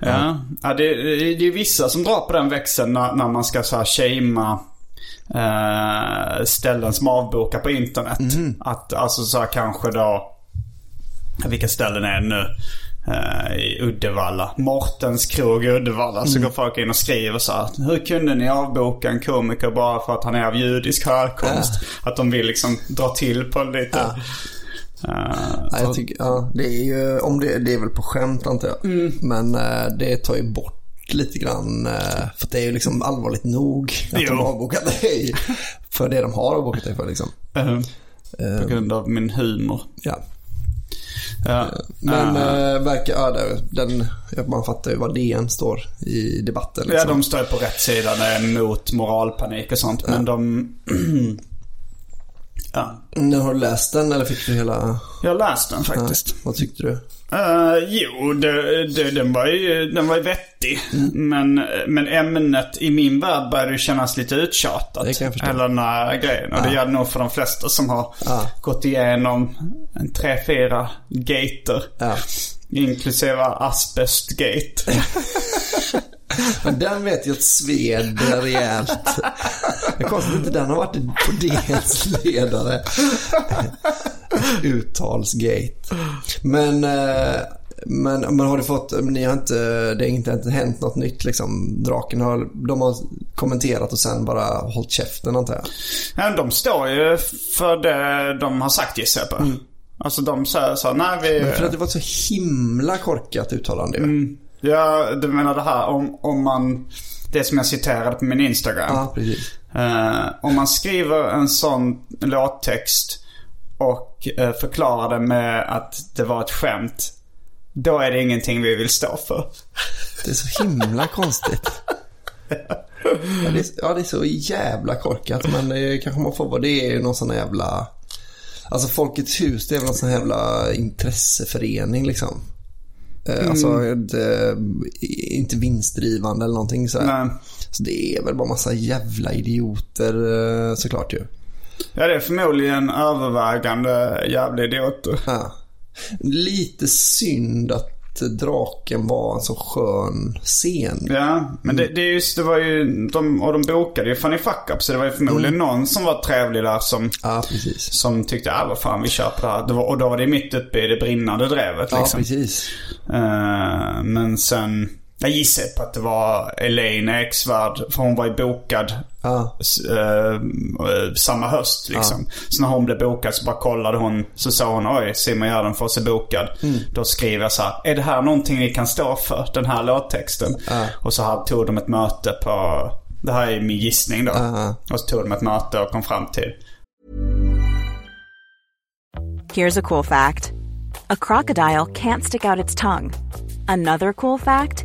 S2: Ja, ja det, det, det är vissa som drar på den växeln när, när man ska så här shamea eh, ställen som avbokar på internet.
S3: Mm.
S2: Att alltså så här, kanske då, vilka ställen är det nu? Eh, I Uddevalla. Mortens krog i Uddevalla.
S3: Mm.
S2: Så går folk in och skriver så här. Hur kunde ni avboka en komiker bara för att han är av judisk härkomst? Att de vill liksom dra till på lite. Eh,
S3: Ja, jag tycker, ja, det är ju, om det, det är väl på skämt antar jag.
S2: Mm.
S3: Men eh, det tar ju bort lite grann. eh, för det är ju liksom allvarligt nog att
S2: Jo.
S3: de har
S2: <laughs>
S3: avbokat dig. För det de har avbokat dig för liksom.
S2: eh, på grund av min humor.
S3: Ja.
S2: Ja.
S3: Men
S2: Ah.
S3: eh, verkar, ja, det- den, ja, man fattar ju vad DN står i debatten.
S2: Ja,
S3: Liksom.
S2: de står ju på rätt sida när det är mot moralpanik och sånt. Men de... ja.
S3: Nu har du läst den eller fick du hela?
S2: Jag har läst den
S3: Ja,
S2: faktiskt.
S3: vad tyckte du?
S2: Eh, jo, det, det, den, var ju, den var ju vettig.
S3: Mm.
S2: Men, men ämnet i min värld började ju kännas lite uttjatat.
S3: Det kan jag förstå.
S2: Hela den här grejen. Och det gör det nog för de flesta som har gått igenom en tre, fyra gater.
S3: Ja.
S2: Inklusive asbestgate.
S3: Men den vet jag sved rejält. Det är konstigt att inte den har varit på DNs ledare. Uttalsgate. Men, eh, men, men har du fått, ni har inte, det har inte hänt något nytt liksom. Draken har, de har kommenterat och sen bara hållit käften antar jag.
S2: Nej, de står ju för det de har sagt gissar jag på. Alltså de säger så här, nej vi...
S3: Mm. För att det var ett så himla korkat uttalande ju.
S2: Mm. Ja, du menar det här om, om man... Det som jag citerade på min Instagram.
S3: Ja, precis.
S2: Eh, om man skriver en sån låttext och eh, förklarar det med att det var ett skämt. Då är det ingenting vi vill stå för.
S3: Det är så himla konstigt. Ja det, är, ja, det är så jävla korkat. Men det är, kanske man får vad det är ju någon sån här jävla... Alltså Folkets hus, det är väl någon sån här jävla intresseförening liksom. Eh,
S2: Mm.
S3: Alltså det, inte vinstdrivande eller någonting sådär.
S2: Nej.
S3: Så det är väl bara massa jävla idioter eh, såklart ju.
S2: Ja, det är förmodligen övervägande jävla idioter.
S3: Ja. Lite synd att draken var en så skön scen.
S2: Ja, men det, det, är just, det var ju... De, och de bokade ju Funny Fuck Up, så det var ju förmodligen någon som var trevlig där som...
S3: Mm. Ja, precis.
S2: Som tyckte, ah vad fan vi kör på det här. Det var, och då var det mitt uppe i det brinnande drevet
S3: Ja,
S2: liksom.
S3: precis.
S2: Eh, men sen, jag gissar på att det var Elaine Eksvärd, för hon var ju bokad
S3: Ja.
S2: s- eh, eh, samma höst liksom. Så när hon blev bokad så bara kollade hon, så sa hon oj Simon Gärdenfors är bokad.
S3: Mm.
S2: Då skrev jag så här, är det här någonting vi kan stå för? Den här låttexten. Och så här, tog de ett möte på, det här är min gissning då. Och så tog de ett möte och kom fram till,
S5: Here's a cool fact a crocodile can't stick out its tongue. Another cool fact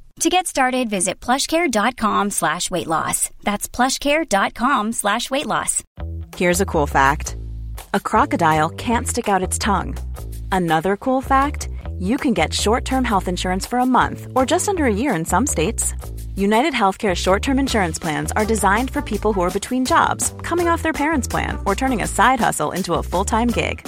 S6: To get started, visit plushcare.com slash weight loss. That's plushcare.com slash weight loss.
S5: Here's a cool fact a crocodile can't stick out its tongue. Another cool fact you can get short term health insurance for a month or just under a year in some states. United Healthcare short term insurance plans are designed for people who are between jobs, coming off their parents' plan, or turning a side hustle into a full time gig.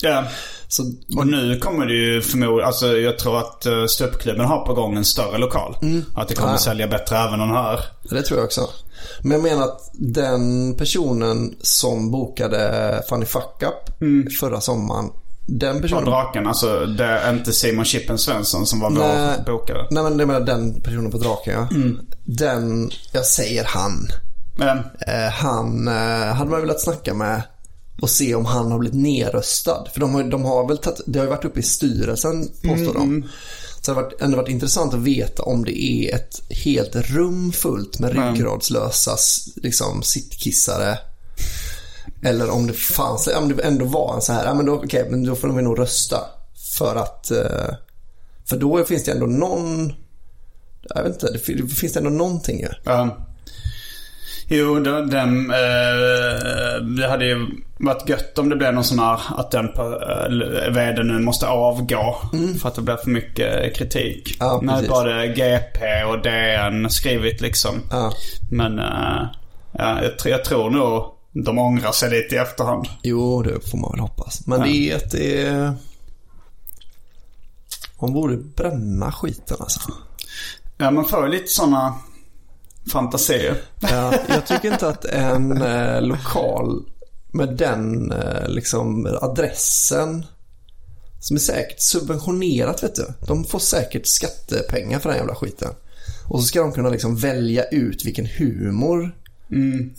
S2: Ja. och nu kommer det ju förmodligen, alltså jag tror att eh, ståuppklubben har på gång en större lokal. Att det kommer
S3: Ah.
S2: sälja bättre även än här.
S3: Det tror jag också. Men jag menar att den personen som bokade Funny Fuck Up förra sommaren. Den
S2: På
S3: personen...
S2: draken, alltså det är inte Simon Chippen Svensson som var
S3: Nej.
S2: vår bokare.
S3: Nej men jag menar den personen på draken ja. Den, jag säger han.
S2: Men,
S3: Eh, han eh, hade man velat snacka med och se om han har blivit nerröstad. För de har, de har väl tagit, det har ju varit uppe i styrelsen påstår de. Så det har varit, ändå varit intressant att veta om det är ett helt rum fullt med
S2: Mm.
S3: ryggradslösa s- liksom, sittkissare. Eller om det fanns, om det ändå var en så här, ja, men då, okej, men då får vi nog rösta. För att, eh, för då finns det ändå någon, jag vet inte, det fin- det finns det ändå någonting ju.
S2: ja. Jo, den, den eh, det hade ju varit gött om det blev någon sån här att den eh, vd nu måste avgå. För att det blev för mycket kritik.
S3: Mm. Ja,
S2: När
S3: precis.
S2: både GP och DN skrivit liksom.
S3: Ja.
S2: Men eh, ja, jag, tr- jag tror nog de ångrar sig lite i efterhand.
S3: Jo, det får man väl hoppas. Men det är att det är... Man borde bränna skiten alltså.
S2: Ja, man får ju lite sådana fantasier.
S3: Ja, jag tycker inte att en eh, lokal med den eh, liksom adressen som är säkert subventionerat vet du. De får säkert skattepengar för den jävla skiten. Och så ska de kunna liksom välja ut vilken humor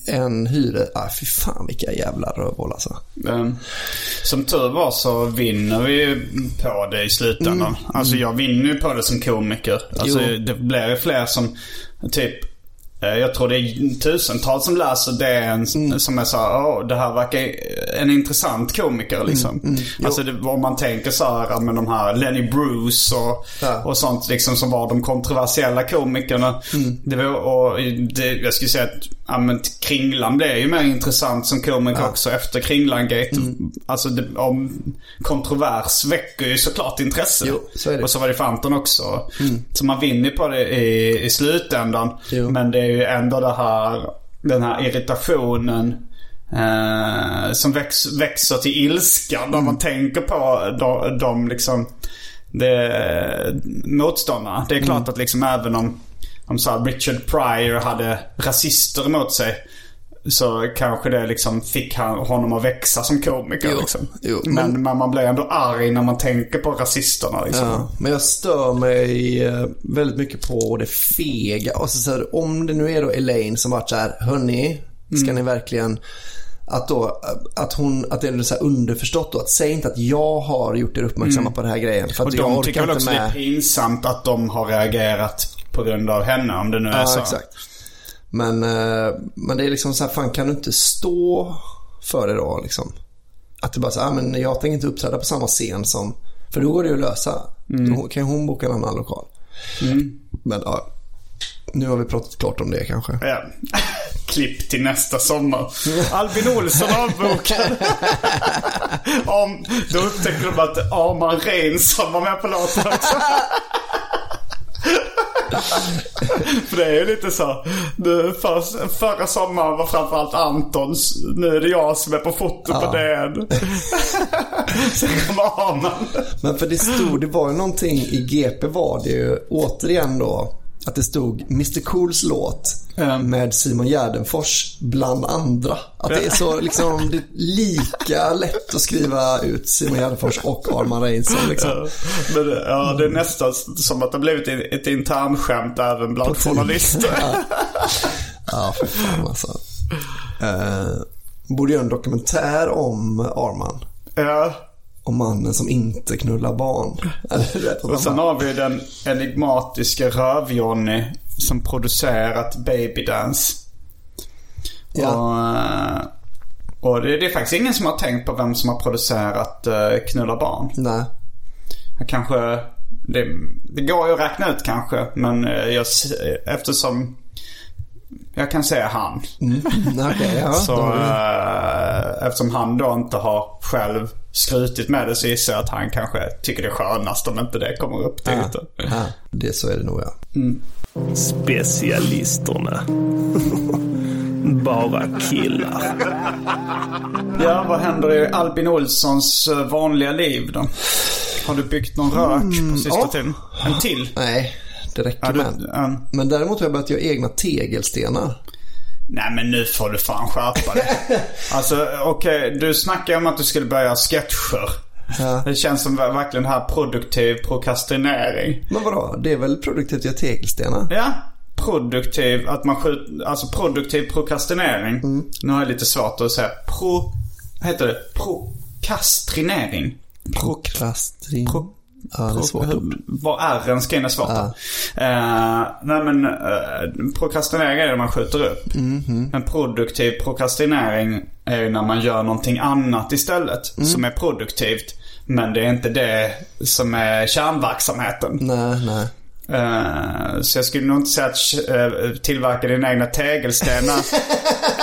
S3: en hyre... Ah, fy fan vilka jävla rövhål alltså.
S2: Eh, Som tur var så vinner vi ju på det i slutändan. Alltså jag vinner ju på det som komiker. Alltså
S3: Jo.
S2: det blir ju fler som typ eh, jag tror det är tusentals som läser DN som är så här, åh det här verkar en intressant komiker liksom. Alltså det, om man tänker så här ja, med de här Lenny Bruce och,
S3: Ja.
S2: och sånt liksom som var de kontroversiella komikerna.
S3: Mm.
S2: Det var, och det, jag skulle säga att ja, men, Kringlan blev ju mer intressant som komiker också efter Kringlan-gate.
S3: Mm.
S2: Alltså det, om, kontrovers väcker ju såklart intresse.
S3: Jo, så är det.
S2: Och så var det för Anton också. Så man vinner på det i, i slutändan.
S3: Mm. Jo.
S2: Men det är ju ändå det här, den här irritationen eh, som väx, växer till ilska när
S3: Mm.
S2: man tänker på de, de liksom, det, motståndarna. Det är
S3: Mm.
S2: klart att liksom även om, om så här Richard Pryor hade rasister mot sig. Så kanske det liksom fick han, honom att växa som komiker.
S3: Jo,
S2: liksom.
S3: jo,
S2: men, men, man blir ändå arg när man tänker på rasisterna. Liksom.
S3: Ja, men jag stör mig eh, väldigt mycket på det fega. Alltså, så här, om det nu är då Elaine som varit så här, hörni, ska
S2: Mm.
S3: ni verkligen... Att, då, eh, att, hon, att det är så här underförstått då, att säg inte att jag har gjort er uppmärksamma på den här grejen. För att
S2: Mm. Och
S3: jag
S2: de tycker
S3: orkar
S2: väl
S3: inte
S2: också det är
S3: med.
S2: pinsamt att de har reagerat på grund av henne om det nu är
S3: Ja,
S2: så.
S3: exakt. Men, eh, men det är liksom så här, fan kan du inte stå för det då liksom? Att det bara så här, ah, men jag tänker inte uppträda på samma scen som, för då går det ju att lösa. Då kan ju hon boka en annan lokal. Men ja, nu har vi pratat klart om det kanske.
S2: Ja. <laughs> Klipp till nästa
S3: <laughs>
S2: sommar. Albin Olsson avbokad. om, då upptäcker de att Arman Reinsson var med på låten också. <laughs> För det är ju lite så. Nu, för, förra sommaren var framförallt Antons. Nu är det jag som är på foto på den. <laughs> Sen kommer Arman.
S3: Men för det stod, det var ju någonting i GP var det ju återigen då att det stod Mr Cools låt
S2: Mm.
S3: med Simon Gärdenfors bland andra. Att det är så liksom det är lika lätt att skriva ut Simon Gärdenfors och Arman Reinsson liksom.
S2: Men, det- ja, det är nästan som att det har blivit ett ett internskämt även bland
S3: <laughs>
S2: journalister.
S3: ja. ja, för fan alltså. Eh, borde göra en dokumentär om Arman.
S2: Ja.
S3: Om mannen som inte knullar barn. Eller, du vet,
S2: Och sen har vi den enigmatiska röv-Johnny som producerat Baby Dance. eh,
S3: ja.
S2: Och, och det, det är faktiskt ingen som har tänkt på vem som har producerat eh, Knulla Barn.
S3: Nej.
S2: Jag kanske, det, det går ju att räkna ut kanske, men eh, jag, s- eftersom jag kan säga han.
S3: Mm. Nej, okej, ja.
S2: Så,
S3: Då har vi-
S2: eh, eftersom han då inte har själv skrutit med det så gissar jag att han kanske tycker det är skönast om inte det kommer upp
S3: Ah,
S2: till ytan.
S3: Ja,
S4: Mm.
S3: det så är det nog ja.
S4: Specialisterna. <laughs> bara killar.
S2: Ja, vad händer i Albin Olssons eh, vanliga liv då? Har du byggt någon rök på sista
S3: Mm, ja.
S2: tiden? En till?
S3: Nej, det räcker med en. Men däremot har jag börjat göra egna tegelstenar.
S2: Nej men nu får du fan skärpa
S3: <laughs>
S2: dig. alltså okej, du snackar om att du skulle börja göra sketcher. Det känns som verkligen här produktiv prokrastinering.
S3: Men vadå? Det är väl produktivt att göra tegelstenar?
S2: Ja, produktiv, att man skjuter, alltså produktiv prokrastinering. Nu har jag lite svårt att säga pro, vad heter det? Prokrastinering.
S3: Prokrastrin. Pro... Ja, det är svårt ord.
S2: Vad R-en ska in är svårt. Eh, nej men eh, prokrastinering är det man skjuter upp.
S3: Mhm.
S2: En produktiv prokrastinering är ju när man gör någonting annat istället
S3: Mm.
S2: som är produktivt. Men det är inte det som är kärnverksamheten.
S3: Nej, nej.
S2: Eh, så jag skulle nog inte säga att eh, tillverka dina egna
S3: <laughs>
S2: tegelstenar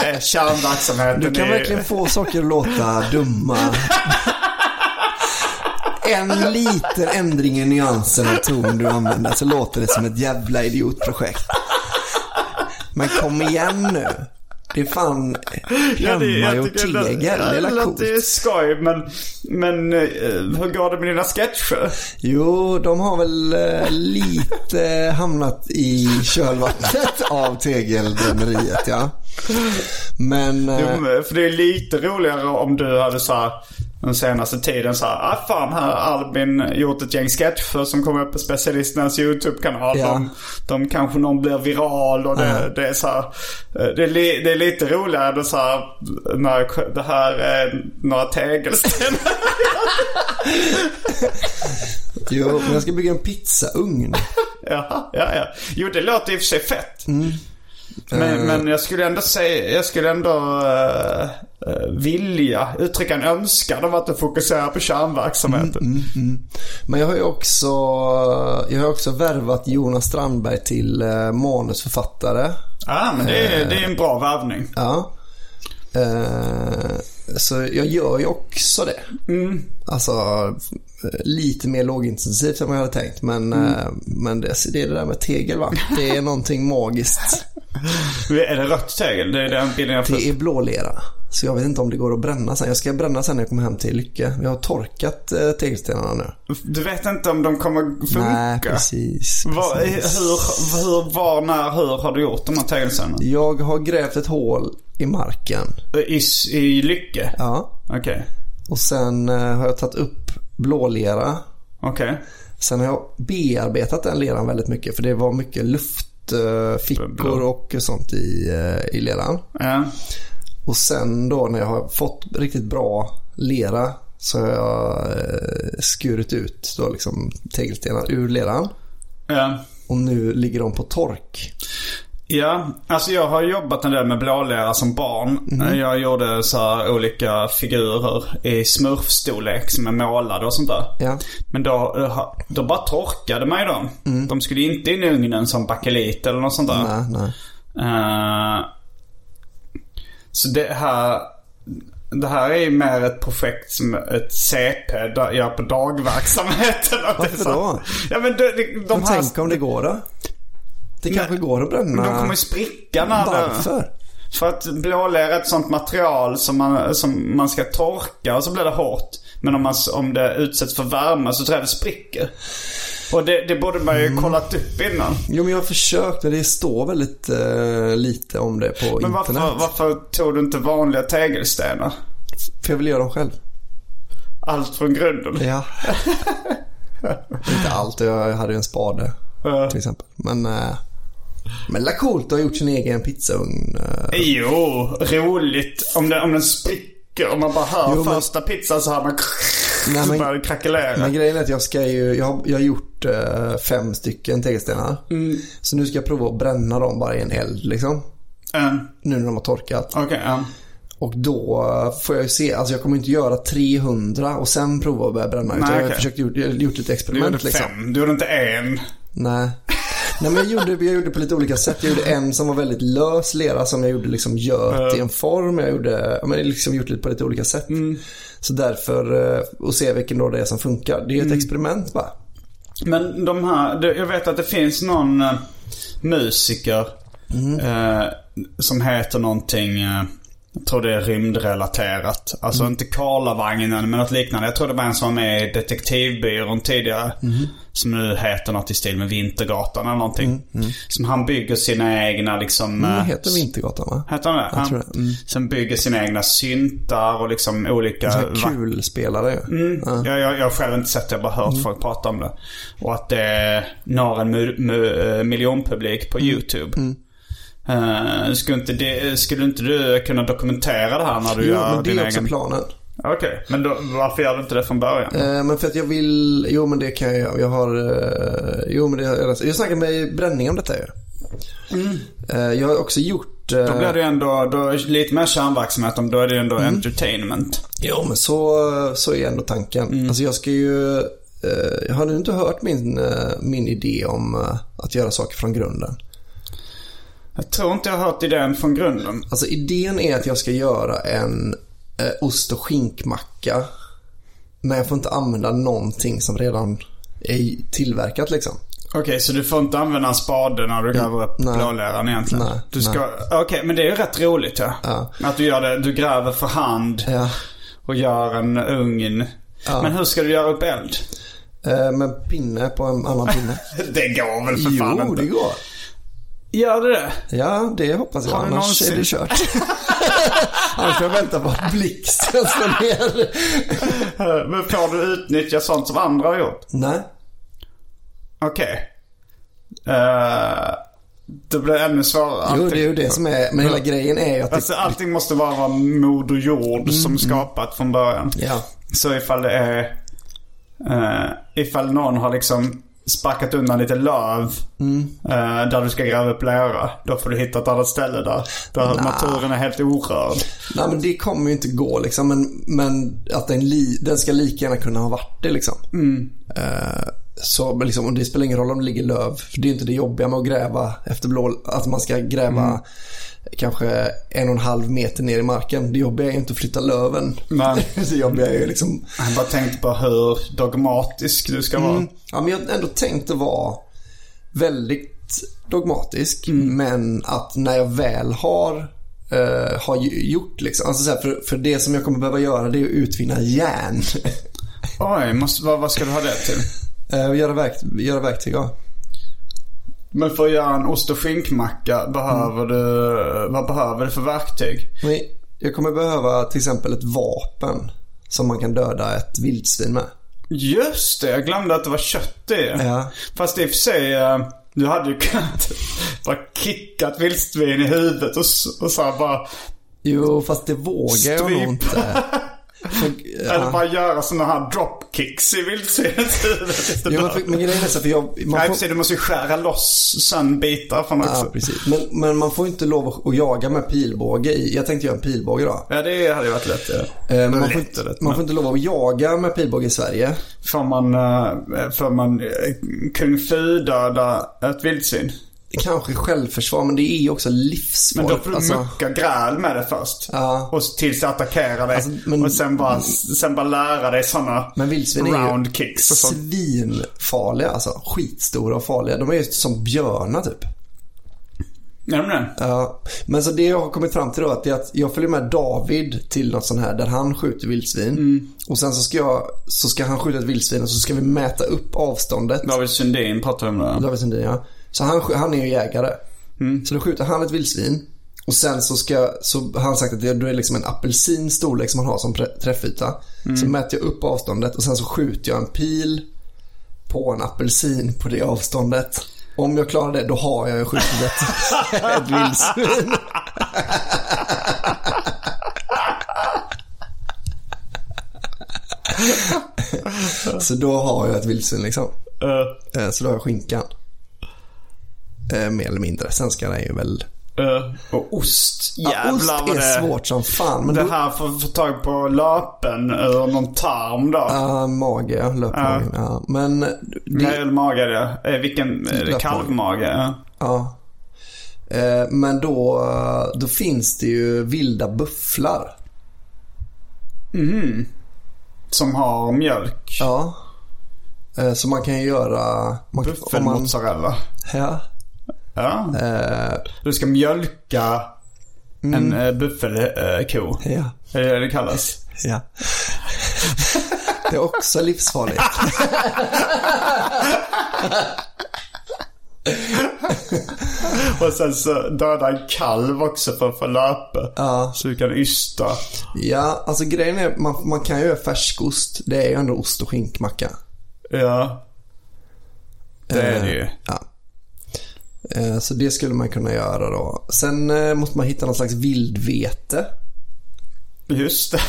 S2: är kärnverksamheten.
S3: Du kan
S2: i-
S3: verkligen få saker att låta dumma. En liten ändring i nyansen av ton du använder så låter det som ett jävla idiotprojekt. Men kom igen nu. Det är fan hemmagjort
S2: tycker
S3: tegel. Det är
S2: det,
S3: väl
S2: att
S3: coolt.
S2: det är skoj men, men eh, hur går det med dina sketcher?
S3: Jo, de har väl eh, lite hamnat i kölvattnet av tegeldrömmeriet, ja. Men... eh,
S2: Jo, För det är lite roligare om du hade så här den senaste tiden så här, ah, fan här har Albin gjort ett gäng sketcher som kommer upp på specialisternas YouTube-kanal.
S3: Ja.
S2: De, de kanske någon blir viral och det,
S3: Ja.
S2: det är så här, eh, det är, li, det är lite roligare då så här, när det här är några tegelstenar.
S3: Jo, men jag ska bygga en pizzaugn.
S2: Ja, ja, ja. Jo, det låter i och för sig fett.
S3: Mm. Eh.
S2: Men, men jag skulle ändå säga, jag skulle ändå eh, eh, vilja uttrycka en önskan om att du fokuserar på kärnverksamheten.
S3: Mm, Men jag har ju också, jag har också värvat Jonas Strandberg till eh, manusförfattare.
S2: Ja, Ah, men det
S3: Eh.
S2: är, det är en bra värvning.
S3: Ja. Eh, så jag gör ju också det.
S2: Mm.
S3: Alltså eh, lite mer lågintensivt än vad jag hade tänkt. Men,
S2: Mm.
S3: eh, men det, det är det där med tegel va? Det är någonting magiskt.
S2: Är det rött tegel? Det är den bilden jag får.
S3: Det är blålera. Så jag vet inte om det går att bränna sen. Jag ska bränna sen när jag kommer hem till Lycke. Jag har torkat eh, tegelstenarna nu.
S2: Du vet inte om de kommer funka?
S3: Nej, precis.
S2: Vad-
S3: precis.
S2: hur, hur, var, när, hur har du gjort de här tegelstenarna?
S3: Jag har grävt ett hål i marken.
S2: I, I Lycke?
S3: Ja.
S2: Okej.
S3: Och sen eh, har jag tagit upp blålera.
S2: Okej.
S3: Sen har jag bearbetat den leran väldigt mycket för det var mycket luftfickor
S2: Blå.
S3: och sånt i, eh, i leran.
S2: Ja.
S3: Och sen då när jag har fått riktigt bra lera så har jag eh, skurit ut då liksom tegelstenar ur leran.
S2: Ja.
S3: Och nu ligger de på tork.
S2: Ja, alltså jag har jobbat en del med blålera som barn.
S3: Mhm.
S2: Jag gjorde så här olika figurer i smurfstorlek som är målade och sånt där.
S3: Ja.
S2: Men då, då bara torkade man ju dem. De skulle inte in i ugnen som bakelit eller något sånt där.
S3: Mm. Nej, nej.
S2: Eh, så det här, det här är ju mer ett projekt som ett CP där- gör på dagverksamheten. Att <laughs> det är
S3: Varför
S2: så här-
S3: då?
S2: Ja men de, de, de
S3: Men
S2: här...
S3: tänk om det går då? Det kanske går att bränna.
S2: De kommer ju spricka när det-
S3: Varför?
S2: För att blålera är ett sånt material som man, som man ska torka och så blir det hårt. Men om, man, om det utsätts för värme så tror jag det spricker. Och det, det borde man
S3: Mm.
S2: ju kollat upp innan.
S3: Jo men jag har försökt men det står väldigt eh, lite om det på
S2: Men
S3: internet.
S2: varför, varför tog du inte vanliga tegelstenar?
S3: För jag vill göra dem själv.
S2: Allt från grunden.
S3: Ja. <laughs> Inte allt, jag hade ju en spade
S2: Ja.
S3: till exempel. Men, eh, men det är coolt att ha gjort sin egen pizzaugn. eh.
S2: Jo, roligt. Om, det, om den spricker. Om man bara hör
S3: Jo, men-
S2: första pizzan så hör man...
S3: Nej,
S2: så
S3: men-
S2: börjar det krackelera.
S3: Men grejen är att jag ska ju, jag har, jag har gjort eh, fem stycken tegelstenar. Så nu ska jag prova att bränna dem bara i en eld liksom.
S2: Ja,
S3: Nu när de har torkat.
S2: Mm, Okej, ja.
S3: Och då eh, får jag ju se, alltså jag kommer inte göra 300 och sen prova att börja bränna. utan jag har
S2: okej.
S3: försökt gjort, gjort lite
S2: Du gjorde
S3: experiment liksom.
S2: fem. Du gjorde inte en.
S3: Nej. Nej men jag gjorde, jag gjorde på lite olika sätt. Jag gjorde en som var väldigt lös lera som jag gjorde liksom göt i en form. Jag gjorde, ja, men liksom gjort lite på lite olika sätt.
S2: Mm.
S3: Så därför, eh, och se vilken då det är som funkar. Det är ju ett
S2: Mm.
S3: experiment va?
S2: Men
S3: Mm.
S2: de här, det- jag vet att det finns någon eh, musiker eh, som heter någonting, eh, jag tror det är rymdrelaterat. Alltså
S3: Mm.
S2: inte Karlavagnen men något liknande. Jag tror det var en som var med i Detektivbyrån tidigare.
S3: Mhm.
S2: Som nu heter något i stil med Vintergatan eller någonting.
S3: mm.
S2: Som han bygger sina egna liksom...
S3: Mm,
S2: eh,
S3: heter Vintergatan va?
S2: Heter han det?
S3: Jag tror
S2: Han,
S3: det. Mm.
S2: Som bygger sina egna syntar och liksom olika...
S3: En sån
S2: va-
S3: här kulspelare ju.
S2: Mm. Jag, jag, jag har själv inte sett det, jag har bara
S3: Mm.
S2: hört folk prata om det. Och att det når en mu, mu, eh, miljonpublik
S3: Mm.
S2: på YouTube. Eh, skulle, inte det, skulle inte du kunna dokumentera det här när du
S3: Jo,
S2: gör
S3: men det
S2: din
S3: är också
S2: egen...
S3: planen.
S2: Okej, men då, varför gör du inte det från början?
S3: Eh, men för att jag vill, jo men det kan jag göra. Jag har, eh, jo men det har jag rätt- Jag snackade med Bränning om detta ju. Eh, jag har också gjort... eh,
S2: Mm. Då blir det ju ändå då, är det lite mer kärnverksamhet, om då är det ju ändå
S3: Mm.
S2: entertainment.
S3: Jo, men så, så är ändå tanken.
S2: Mm.
S3: Alltså jag ska ju... Eh, har du inte hört min, eh, min idé om eh, att göra saker från grunden?
S2: Jag tror inte jag har hört idén från grunden.
S3: Alltså idén är att jag ska göra en eh, ost och skinkmacka. Men jag får inte använda någonting som redan är tillverkat liksom.
S2: Okej, så du får inte använda en spade när du gräver upp
S3: Mm. nej.
S2: blåleran egentligen?
S3: Nej,
S2: Du ska... Okej, men det är ju rätt roligt ja. Att du gör det, du gräver för hand
S3: Ja.
S2: och gör en ugn.
S3: Ja.
S2: Men hur ska du göra upp eld?
S3: Eh, men pinne på en annan pinne.
S2: Det går väl för <laughs> fan
S3: jo,
S2: inte?
S3: det går.
S2: Gör det det?
S3: Ja, det hoppas jag.
S2: Har du
S3: Annars är
S2: någonsin-
S3: det kört. <laughs> Annars får jag vänta på att blixten slår
S2: <laughs>
S3: ner.
S2: Men får du utnyttja sånt som andra har gjort?
S3: Nej.
S2: Okej. Eh, det blir ännu svårare.
S3: Jo, det är ju det som är, men hela grejen är ju att det,
S2: Alltså, allting måste vara moder jord som skapat från början.
S3: ja,
S2: Så ifall det är... eh, ifall någon har liksom sparkat undan lite löv eh, där du ska gräva upp lera. Då får du hitta ett annat ställe där, där naturen är helt orörd.
S3: nej men det kommer ju inte gå liksom, men, men att den, li, den ska lika gärna kunna ha varit det liksom. Eh, så men liksom, och det spelar ingen roll om det ligger löv, för det är ju inte det jobbiga med att gräva efter blå, att man ska gräva kanske en och en halv meter ner i marken. Det jobbiga är ju inte att flytta löven.
S2: Men
S3: <laughs> det jobbiga är ju liksom
S2: jag bara tänkte på hur dogmatisk du ska vara.
S3: Ja, men jag har ändå tänkt att vara väldigt dogmatisk.
S2: Mm.
S3: Men att när jag väl har, eh, har ju- gjort liksom. Alltså så här, för, för det som jag kommer behöva göra det är att utvinna järn. <laughs>
S2: Oj, måste, vad, vad ska du ha det till?
S3: Eh, och göra, verkt, göra verktyg av.
S2: Men för att göra en ost och skinkmacka behöver du... Vad behöver du för verktyg?
S3: Men jag kommer behöva till exempel ett vapen som man kan döda ett vildsvin med.
S2: Just det, jag glömde att det var kött i.
S3: Ja.
S2: Fast i och för sig, eh, du hade ju kunnat <laughs> bara kickat vildsvin i huvudet och, s- och så här bara...
S3: Jo, fast det vågar jag nog
S2: Stryp. <laughs> Alltså,
S3: inte. För,
S2: Eller
S3: ja.
S2: bara göra sådana här dropkicks i vildsvinets huvud.
S3: <laughs> Jo, men, för, men grejen är så här, för jag... man
S2: Nej, i och
S3: får-
S2: för sig, du måste ju skära loss sömnbitar från också.
S3: Ja, precis. Men, men man får inte lov att- att jaga med pilbåge i. Jag tänkte göra en pilbåge då.
S2: Ja, det hade ju varit lätt. Ja.
S3: Eh, Men man, får
S2: Lätt,
S3: inte,
S2: lätt,
S3: man
S2: men-
S3: får inte lov att jaga med pilbåge i Sverige.
S2: Får man, eh, får man eh, kung fu döda ett vildsvin?
S3: Kanske självförsvar, men det är ju också
S2: Men
S3: livsfarligt.
S2: då får du
S3: alltså,
S2: mucka gräl med det först.
S3: Ja.
S2: Och tills det attackerar dig.
S3: Alltså, men-
S2: och sen bara, sen bara lära dig sådana
S3: men vildsvin är
S2: round
S3: ju
S2: kicks och sånt.
S3: svinfarliga. Alltså, skitstora och farliga. De är ju som björnar typ.
S2: Är de det?
S3: Ja, men så det jag har kommit fram till då att det är att jag följer med David till något sånt här där han skjuter vildsvin.
S2: Mm.
S3: Och sen så ska, jag, så ska han skjuta ett vildsvin och så ska vi mäta upp avståndet.
S2: David Sundin pratar om det.
S3: David Sundin ja. Så han, sk- han är ju jägare. Så då skjuter han ett vildsvin. Och sen så, ska, så har han sagt att det då är liksom en apelsins storlek som han har som pre- träffyta. Så mäter jag upp avståndet och sen så skjuter jag en pil på en apelsin på det avståndet. Om jag klarar det då har jag ju skjutit ett, <laughs> ett vildsvin. <laughs> så då har jag ett vildsvin liksom.
S2: Eh,
S3: Eh, Så då har jag skinkan. Eh, Mer eller mindre. Sen ska den ju väl...
S2: eh, och ost.
S3: Ja,
S2: Jävlar
S3: ost
S2: vad
S3: är
S2: det
S3: svårt som fan. Men
S2: Det
S3: då,
S2: här för att få tag på löpen ur någon tarm då.
S3: Ja, mage, ja. Löpmagen. Ja. Men
S2: Nej,
S3: det,
S2: eller mage är det. Eh, vilken? Eh,
S3: Löpmage.
S2: kalvmage. ja.
S3: ja. Eh, Men då, då finns det ju vilda bufflar.
S2: Som har mjölk.
S3: Ja. Eh, Så man Eh. kan ju göra... Man, om man,
S2: Buffelmozzarella.
S3: ja.
S2: Ja. du ska mjölka
S3: Mm.
S2: en eh, buffelko.
S3: Ja.
S2: Är Eh, det det det
S3: <laughs>
S2: kallas?
S3: Ja. Det är också livsfarligt.
S2: Och sen så döda en kalv också för att få löpe. Så du kan ysta.
S3: Ja, alltså grejen är man, man kan ju göra färskost. Det är ju ändå ost och skinkmacka.
S2: Ja. Det är det ju.
S3: Ja. Eh, Så det skulle man kunna göra då. Sen eh, måste man hitta någon slags vildvete.
S2: Just
S3: <laughs>
S2: det.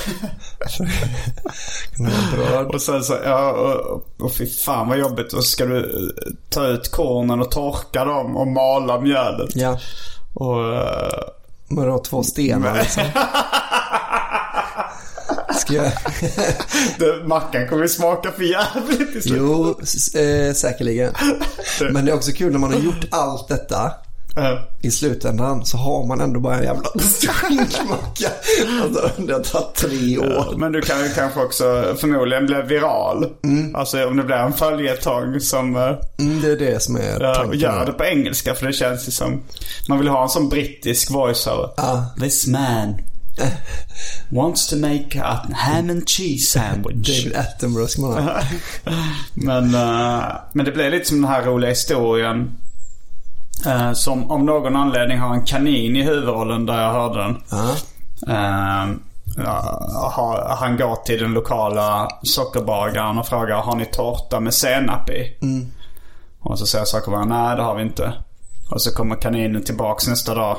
S3: Kunna göra bröd.
S2: Och sen så, ja, och, och fy fan vad jobbigt. Och så ska du eh, ta ut kornen och torka dem och mala mjölet.
S3: Ja,
S2: Och, eh,
S3: man har två stenar liksom. Ska jag...
S2: det, mackan kommer ju smaka för jävligt i slutet.
S3: Jo, s- eh, säkerligen. Men det är också kul när man har gjort allt detta
S2: Eh,
S3: i slutändan så har man ändå bara en jävla skinkmacka. Alltså, det har tagit tre år.
S2: Men du kan ju kanske också förmodligen bli viral. Alltså om det blir en följetong som eh,
S3: Mm, det är det som är
S2: Ja, och
S3: tanken.
S2: gör det på engelska för det känns ju som... Man vill ha en sån brittisk voiceover. This man wants to make a ham and cheese sandwich.
S3: David Attenborough ska man ha.
S2: men, eh, men det blir lite som den här roliga historien. eh, som om någon anledning har en kanin i huvudrollen där jag hörde den.
S3: Ja.
S2: Ehm, ja, ha- han går till den lokala sockerbagaren och frågar har ni tårta med senap i? Och så säger sockerbagaren nej det har vi inte. Och så kommer kaninen tillbaks nästa dag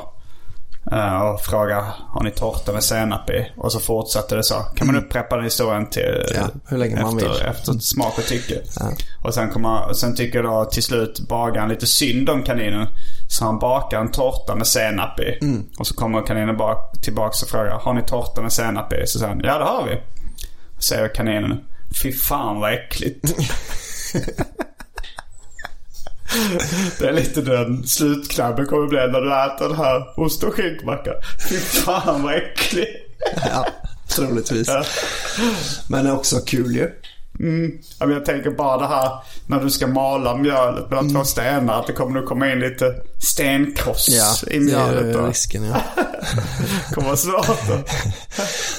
S2: eh, och frågar har ni tårta med senap i? Och så fortsätter det så. Kan man upprepa den historien till
S3: Mm. Ja, hur länge
S2: efter,
S3: man vill.
S2: efter smak och tycke. Och sen, kommer, sen tycker då till slut bagaren lite synd om kaninen. Så han bakar en tårta med senap i.
S3: Mm.
S2: Och så kommer kaninen bak, tillbaka och frågar Har ni tårta med senap i? Så säger han Ja det har vi. Säger kaninen Fy fan vad äckligt. Det är lite den slutknabben kommer bli när du äter den här ost och skinkmackan. Fy fan vad äcklig.
S3: ja, troligtvis. Men det är också kul ju.
S2: Ja, men jag tänker bara det här när du ska mala mjölet mellan
S3: Mm.
S2: två stenar. Att det kommer nu komma in lite stenkross i
S3: det är
S2: mjölet. då.
S3: risken ja.
S2: Det kommer vara svårt.
S3: <laughs>
S2: då.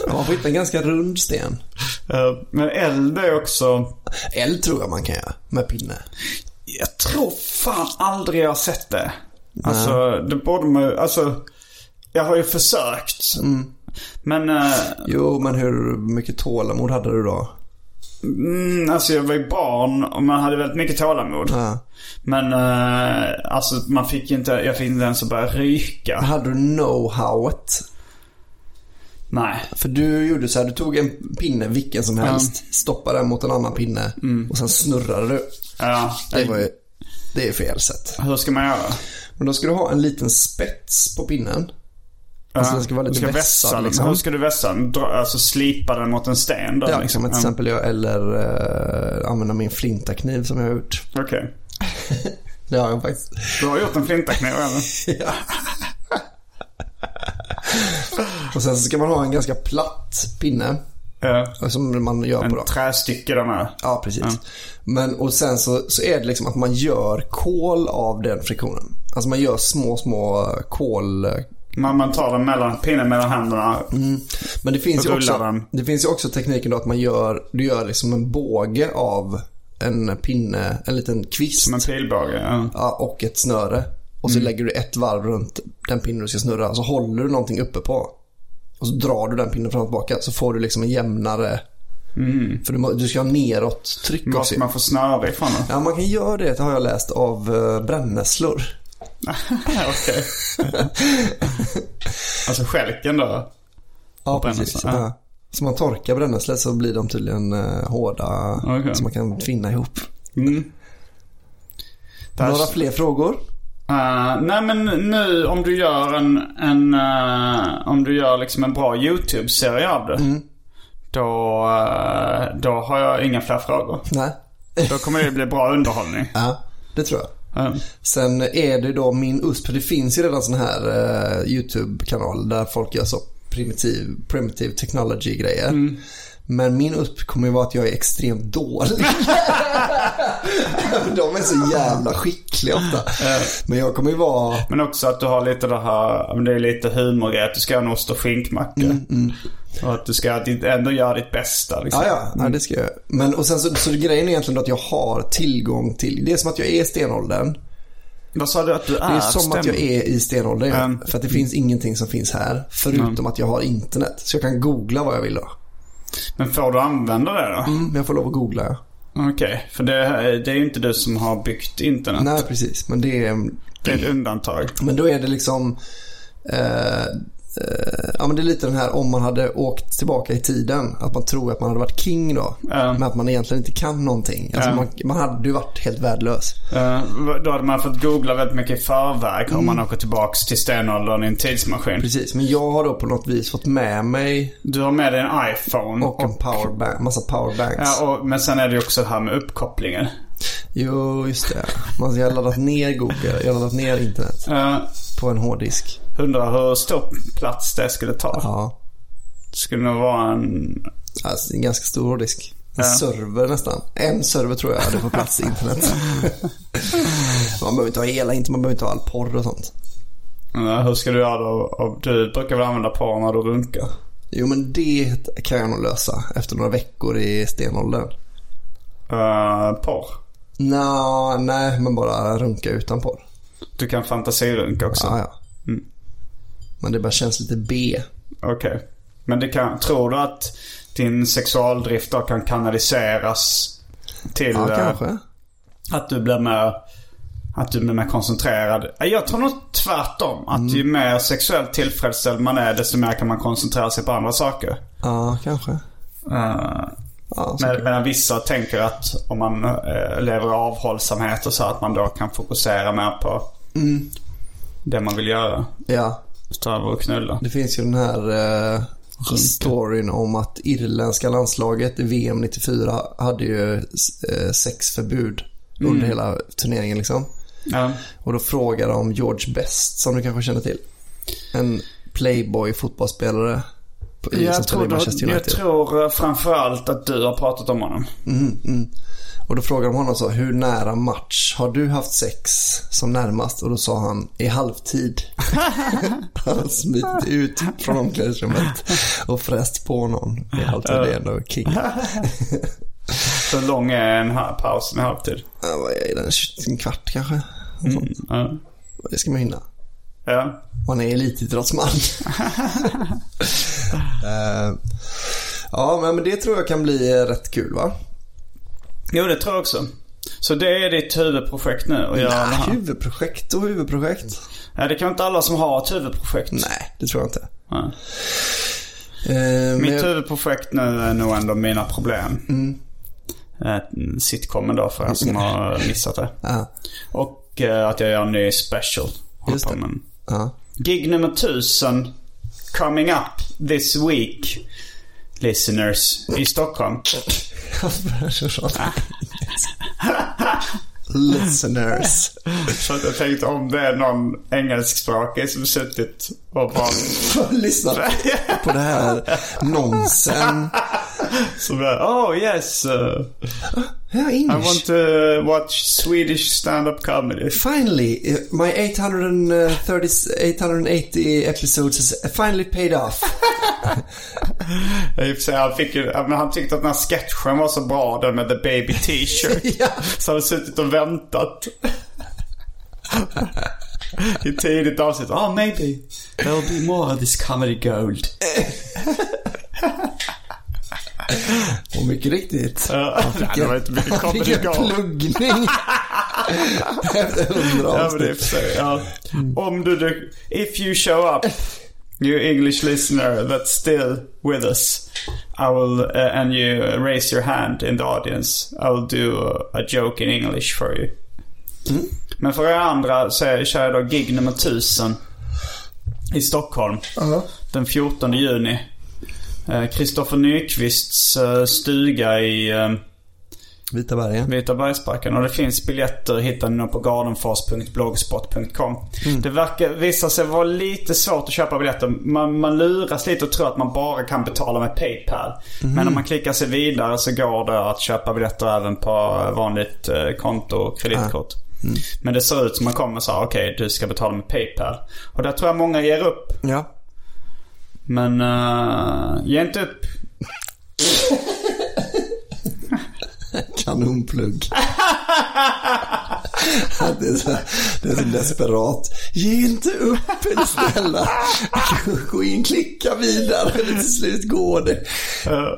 S3: Ja, <laughs> Man får hitta en ganska rund sten.
S2: Eh, Men eld är också...
S3: Eld tror jag man kan göra med pinne.
S2: Jag tror fan aldrig jag har sett det. Alltså, det borde man ju... Alltså, jag har ju försökt.
S3: Mm.
S2: Men, eh,
S3: Jo, men hur mycket tålamod hade du då?
S2: mm, alltså jag var ju barn och man hade väldigt mycket tålamod.
S3: Ja.
S2: Men, eh, alltså man fick ju inte... Jag fick inte ens att börja ryka.
S3: Hade du know-howet?
S2: Nej.
S3: För du gjorde så här, du tog en pinne vilken som helst, stoppade den mot en annan pinne och sen snurrade du.
S2: Ja,
S3: Det var ju, det är fel sätt.
S2: Hur ska man göra?
S3: Men då ska du ha en liten spets på pinnen. Alltså den ska vara
S2: Du
S3: lite
S2: ska vässa
S3: vässad
S2: den.
S3: liksom.
S2: Hur ska du vässa den? Dra, alltså slipa den mot en sten då?
S3: Ja,
S2: liksom.
S3: liksom till exempel jag eller eh, använda min flintakniv som jag har gjort.
S2: Mm, Okej.
S3: Det har jag faktiskt.
S2: Du har gjort en flintakniv
S3: <laughs>
S2: eller?
S3: Ja. och sen så ska man ha en ganska platt pinne.
S2: Ja.
S3: Som man gör på
S2: En
S3: dem.
S2: trästycke de här.
S3: Ja, precis. Men, och sen så, så är det liksom att man gör kol av den friktionen. Alltså man gör små, små eh, kol...
S2: Man, man tar den mellan, pinnen mellan händerna.
S3: Mm. Men det finns, ju
S2: Rullar
S3: också,
S2: den.
S3: det finns ju också tekniken då att man gör, du gör liksom en båge av en pinne, en liten kvist
S2: Som en Mm. pilbåge. Ja.
S3: ja, och ett snöre. Och så lägger du ett varv runt den pinne du ska snurra. Så håller du någonting uppe på. Och så drar du den pinnen fram och tillbaka. Så får du liksom en jämnare... För du, må- du ska ha neråt tryck också.
S2: Mm. Måste man få snöre ifrån
S3: <laughs>
S2: den?
S3: Ja, man kan göra det, det har jag läst, av eh, brännässlor. <laughs>
S2: Okej. alltså stjälken då?
S3: Ja,
S2: brännässla,
S3: precis.
S2: ja.
S3: Ja. Så man torkar brännässlor så blir de tydligen eh, hårda.
S2: Okej.
S3: Så man kan tvinna ihop.
S2: Mm. Det här-
S3: Några fler frågor?
S2: Eh, nej men nu om du gör en, en eh, om du gör liksom en bra YouTube-serie av det.
S3: Mm.
S2: Då, eh, då har jag inga fler frågor.
S3: Nej. <laughs>
S2: Då kommer det bli bra underhållning.
S3: Ja, det tror jag.
S2: Eh,
S3: Sen är det då min USP. För det finns ju redan sån här
S2: Mm.
S3: eh, YouTube-kanal där folk gör så primitiv, primitive technology-grejer. Men min USP kommer ju vara att jag är
S2: <laughs>
S3: extremt dålig. <laughs> De är så jävla skickliga ofta. Men jag kommer ju vara...
S2: Men också att du har lite det här, men det är lite humor i att du ska ha en ost och skinkmacka.
S3: Mm,
S2: Och att du ska ditt- ändå göra ditt bästa. Liksom.
S3: Ja, ja, ja, det ska jag. Men och sen så, så grejen är egentligen att jag har tillgång till, det är som att jag är i stenåldern.
S2: Vad sa du att du är?
S3: Det är som att jag är i stenåldern. ja.
S2: Mm.
S3: För att det finns ingenting som finns här. Förutom att jag har internet. Så jag kan googla vad jag vill då.
S2: Men får du använda det då?
S3: Mm, jag får lov att googla ja.
S2: Okej, för det, det är ju inte du som har byggt internet.
S3: Nej, precis. Men det är...
S2: Det är ett undantag.
S3: Men då är det liksom... Eh, eh, ja, men det är lite den här om man hade åkt tillbaka i tiden. Att man tror att man hade varit king då. Men att man egentligen inte kan någonting. Alltså
S2: Ja.
S3: man, man hade ju varit helt värdelös.
S2: Eh, då hade man fått googla väldigt mycket i förväg om man åker tillbaks till stenåldern i en tidsmaskin.
S3: Mm. Precis, men jag har då på något vis fått med mig
S2: Du har med dig en iPhone.
S3: och en powerbank, massa powerbanks.
S2: Mm, Ja, och, men sen är det ju också det här med uppkopplingen.
S3: Jo, just det. Man, jag har laddat ner Google, jag har laddat ner internet
S2: Uh,
S3: på en hårddisk.
S2: undrar hur stor plats det skulle ta.
S3: Ja,
S2: Det skulle nog vara en...
S3: alltså, en ganska stor hårddisk.
S2: Ja.
S3: En server nästan. En server tror jag hade på plats
S2: <laughs>
S3: i internet. man behöver inte ha hela internet, man behöver inte ha all porr och sånt.
S2: eh, hur ska du göra då? Och Du brukar väl använda porr när du runkar?
S3: Jo, men det kan jag nog lösa efter några veckor i stenåldern.
S2: Uh, porr?
S3: Nå, nej, men bara runka utan porr.
S2: Du kan fantasirunka också?
S3: Ja, ja.
S2: Mm.
S3: Men det bara känns lite B.
S2: Okej. Men det kan, tror du att din sexualdrift då kan kanaliseras till
S3: Ja,
S2: eh,
S3: kanske.
S2: att du blir mer att du blir mer koncentrerad. Eh, Jag tror nog tvärtom. Att ju
S3: Mm.
S2: mer sexuellt tillfredsställd man är desto mer kan man koncentrera sig på andra saker.
S3: Ja, kanske.
S2: Eh,
S3: Ja, så-
S2: med, medan vissa tänker att om man eh, lever i avhållsamhet och så att man då kan fokusera mer på
S3: Mm.
S2: det man vill göra.
S3: ja.
S2: Utöver att knulla.
S3: Det finns ju den här eh, storyn om att irländska landslaget i VM 94 hade ju eh, sexförbud
S2: Mm.
S3: under hela turneringen liksom.
S2: Ja.
S3: Och då frågar de George Best som du kanske känner till. En playboy fotbollsspelare på, i, som
S2: Jag
S3: spelade
S2: tror,
S3: i Manchester
S2: du, jag
S3: United.
S2: tror eh, framförallt att du har pratat om
S3: <laughs>
S2: honom.
S3: Mm, mm. Och då frågar de honom så, hur nära match har du haft sex som närmast? Och då sa han, i halvtid. han har smitit ut från omklädningsrummet och fräst på någon i halvtid. Det är ändå king.
S2: Hur lång är en ha- paus med halvtid?
S3: Ja, vad är den? En kvart kanske?
S2: Ja.
S3: Mm. Det ska man hinna.
S2: Ja.
S3: Och han är elitidrottsman. Eh, ja, men- men det tror jag kan bli eh, rätt kul va?
S2: Jo, det tror jag också. Så det är ditt huvudprojekt nu att göra det
S3: Nej,
S2: här?
S3: huvudprojekt och huvudprojekt.
S2: Ja, det kan inte alla som har ett huvudprojekt.
S3: Nej, det tror jag inte.
S2: Ja.
S3: Eh, men
S2: Mitt
S3: jag- Mm.
S2: huvudprojekt nu är nog ändå mina problem. Eh, Sitcomen då för er som
S3: <laughs>
S2: har missat det.
S3: Ja,
S2: Och eh, att jag gör en ny special. Håller
S3: Just
S2: på
S3: det.
S2: med en-
S3: ja.
S2: Gig nummer 1000 coming up this week. Listeners i
S3: <laughs>
S2: Stockholm.
S3: <laughs> Listeners. <laughs>
S2: Så att jag tänkte om det är någon engelskspråkig som suttit och bara...
S3: Lyssna på det här nonsen.
S2: Som bara oh yes, uh,
S3: Ja,
S2: I
S3: English.
S2: want to watch Swedish stand-up comedy.
S3: Finally, eh, my 830, 880 episodes has finally paid off.
S2: Jag i och för sig, Han, fick ju, ja, men han tyckte att den här sketchen var så bra, den med the baby <laughs> t-shirt.
S3: Ja.
S2: Så han hade suttit och väntat. I tidigt avsnitt. Oh maybe there'll be more of this comedy gold.
S3: Och mycket riktigt.
S2: Ja, det var inte mycket
S3: Han fick
S2: comedy
S3: en
S2: gold. <laughs>
S3: pluggning. Efter hundra
S2: Ja, men det är i
S3: avsnitt. Mm.
S2: och för sig, ja. Om du, du, if you show up, you English listener that's still with us, I will, uh, and you raise your hand in the audience, I will do a, a joke in English for you.
S3: Mm.
S2: Men för er andra så är- kör jag då gig nummer 1000 i Stockholm den 14 juni. Kristoffer Nyqvists eh, stuga i eh,
S3: Vita bergen.
S2: Vita bergsbacken. Och det finns biljetter hittar ni nog på gardenfors.blogspot.com. Det verkar, visar sig vara lite svårt att köpa biljetter. Man, man luras lite och tror att man bara kan betala med Paypal.
S7: Mhm.
S2: Men om man klickar sig vidare så går det att köpa biljetter även på vanligt eh, konto och kreditkort.
S3: Mm.
S2: Men det ser ut som man kommer så här, okej du ska betala med Paypal. Och där tror jag många ger upp.
S3: Ja.
S2: Men eh, ge inte upp.
S3: Kanonplugg. <laughs> det, är så, det är så desperat. Ge inte upp eller snälla. Gå in, klicka vidare. eller Till slut går det.
S2: Eh,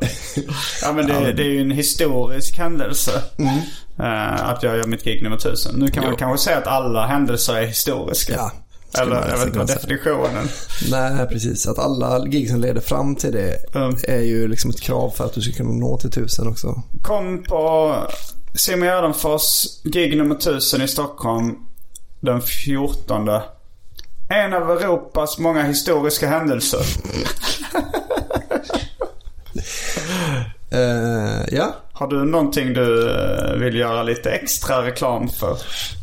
S2: Ja men det, det är ju en historisk händelse. Eh, att jag gör mitt gig nummer 1000. Nu kan man
S3: Jo.
S2: kanske säga att alla händelser är historiska.
S3: Ja, skulle
S2: Eller
S3: man
S2: jag vet inte vad
S3: säkert
S2: definitionen.
S3: Nej, precis. Att alla gig som leder fram till det är ju liksom ett krav för att du ska kunna nå till tusen också.
S2: Kom på Simon Gärdenfors gig nummer 1000 i Stockholm den 14. En av Europas många historiska händelser.
S3: Eh, ja.
S2: Har du någonting du eh, vill göra lite extra reklam för?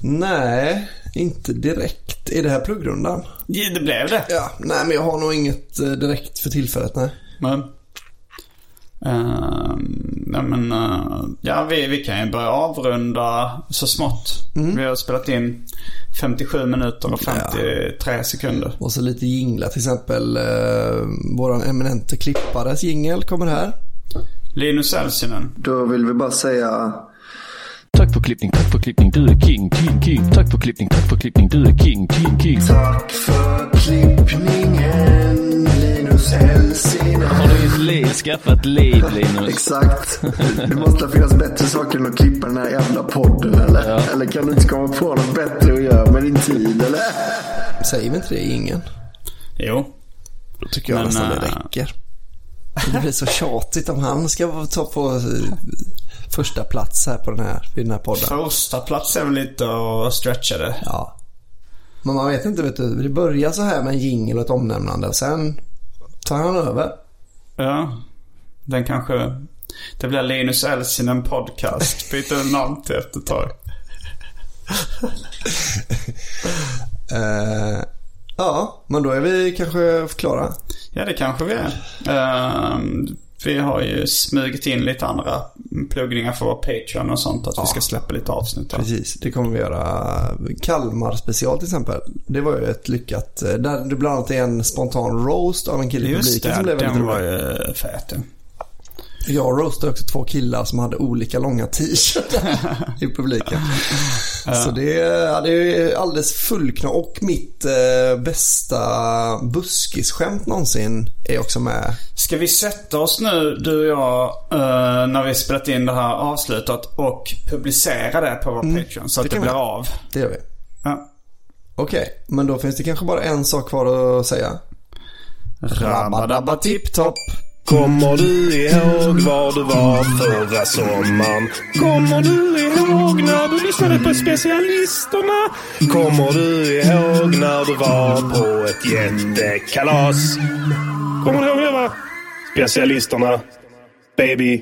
S3: Nej, inte direkt. Är det här pluggrundan?
S2: Ja, det blev det.
S3: Ja, nej men jag har nog inget eh, direkt för tillfället, nej.
S2: Men, eh, nej men, eh, ja, vi, vi kan ju börja avrunda så smått. Vi har spelat in 57 minuter och 53 sekunder.
S3: Och så lite jinglar till exempel. Eh, våran eminente klippares jingel kommer här.
S2: Linus Elsinen.
S3: Då vill vi bara säga
S8: Tack för klippning, tack för klippning, du är king, king, king. Tack för klippning, tack för klippning, du är king, king, king. Tack för klippningen, Linus Helsing.
S9: Har du ett liv? Skaffa ett liv, Linus.
S8: Exakt.
S9: Det måste finnas bättre saker än att klippa den här jävla podden, eller? Eller kan du inte komma på något bättre att göra med din tid, eller?
S3: Säger vi inte det i ingen?
S2: Jo.
S3: Då tycker jag
S2: Men,
S3: nästan det
S2: eh,
S3: räcker. Det blir så tjatigt om han ska ta på eh, första plats här på den här, vid den här podden.
S2: Första plats är väl lite och stretcha det.
S3: Ja. Men man vet inte, vet du. Det börjar så här med en jingel och ett omnämnande. Sen tar han över.
S2: Ja. Den kanske... Det blir Linus Elsinen podcast. Byter namn till efter ett tag.
S3: Eh, ja, men då är vi kanske klara.
S2: Ja, det kanske vi är. Ehm, vi har ju smugit in lite andra pluggningar för vår Patreon och sånt. Att vi ska släppa lite avsnitt. Där.
S3: Precis, det kommer vi göra. Kalmar special till exempel. Det var ju ett lyckat. eh, Där det bland annat är en spontan roast av en kille i
S2: Just
S3: publiken som
S2: det,
S3: blev väldigt
S2: den var
S3: rolig.
S2: ju fet. ja.
S3: Jag roastade också två killar som hade olika långa <laughs> t-shirtar i publiken. Så det, är- ja, det är alldeles fullknall. Och mitt eh, bästa buskisskämt någonsin är också med.
S2: Ska vi sätta oss nu, du och jag, eh, när vi spelat in det här avslutet och publicera det på vår Patreon så att det,
S3: Mm.
S2: blir
S3: kan vi.
S2: av?
S3: Det gör vi.
S2: Ja.
S3: Okej, men då finns det kanske bara en sak kvar att säga. Rabba tipptopp.
S4: Kommer du ihåg var du var förra sommaren? Kommer du ihåg när du lyssnade på specialisterna? Kommer du ihåg när du var på ett jättekalas? Kommer du ihåg det va? Specialisterna. Baby.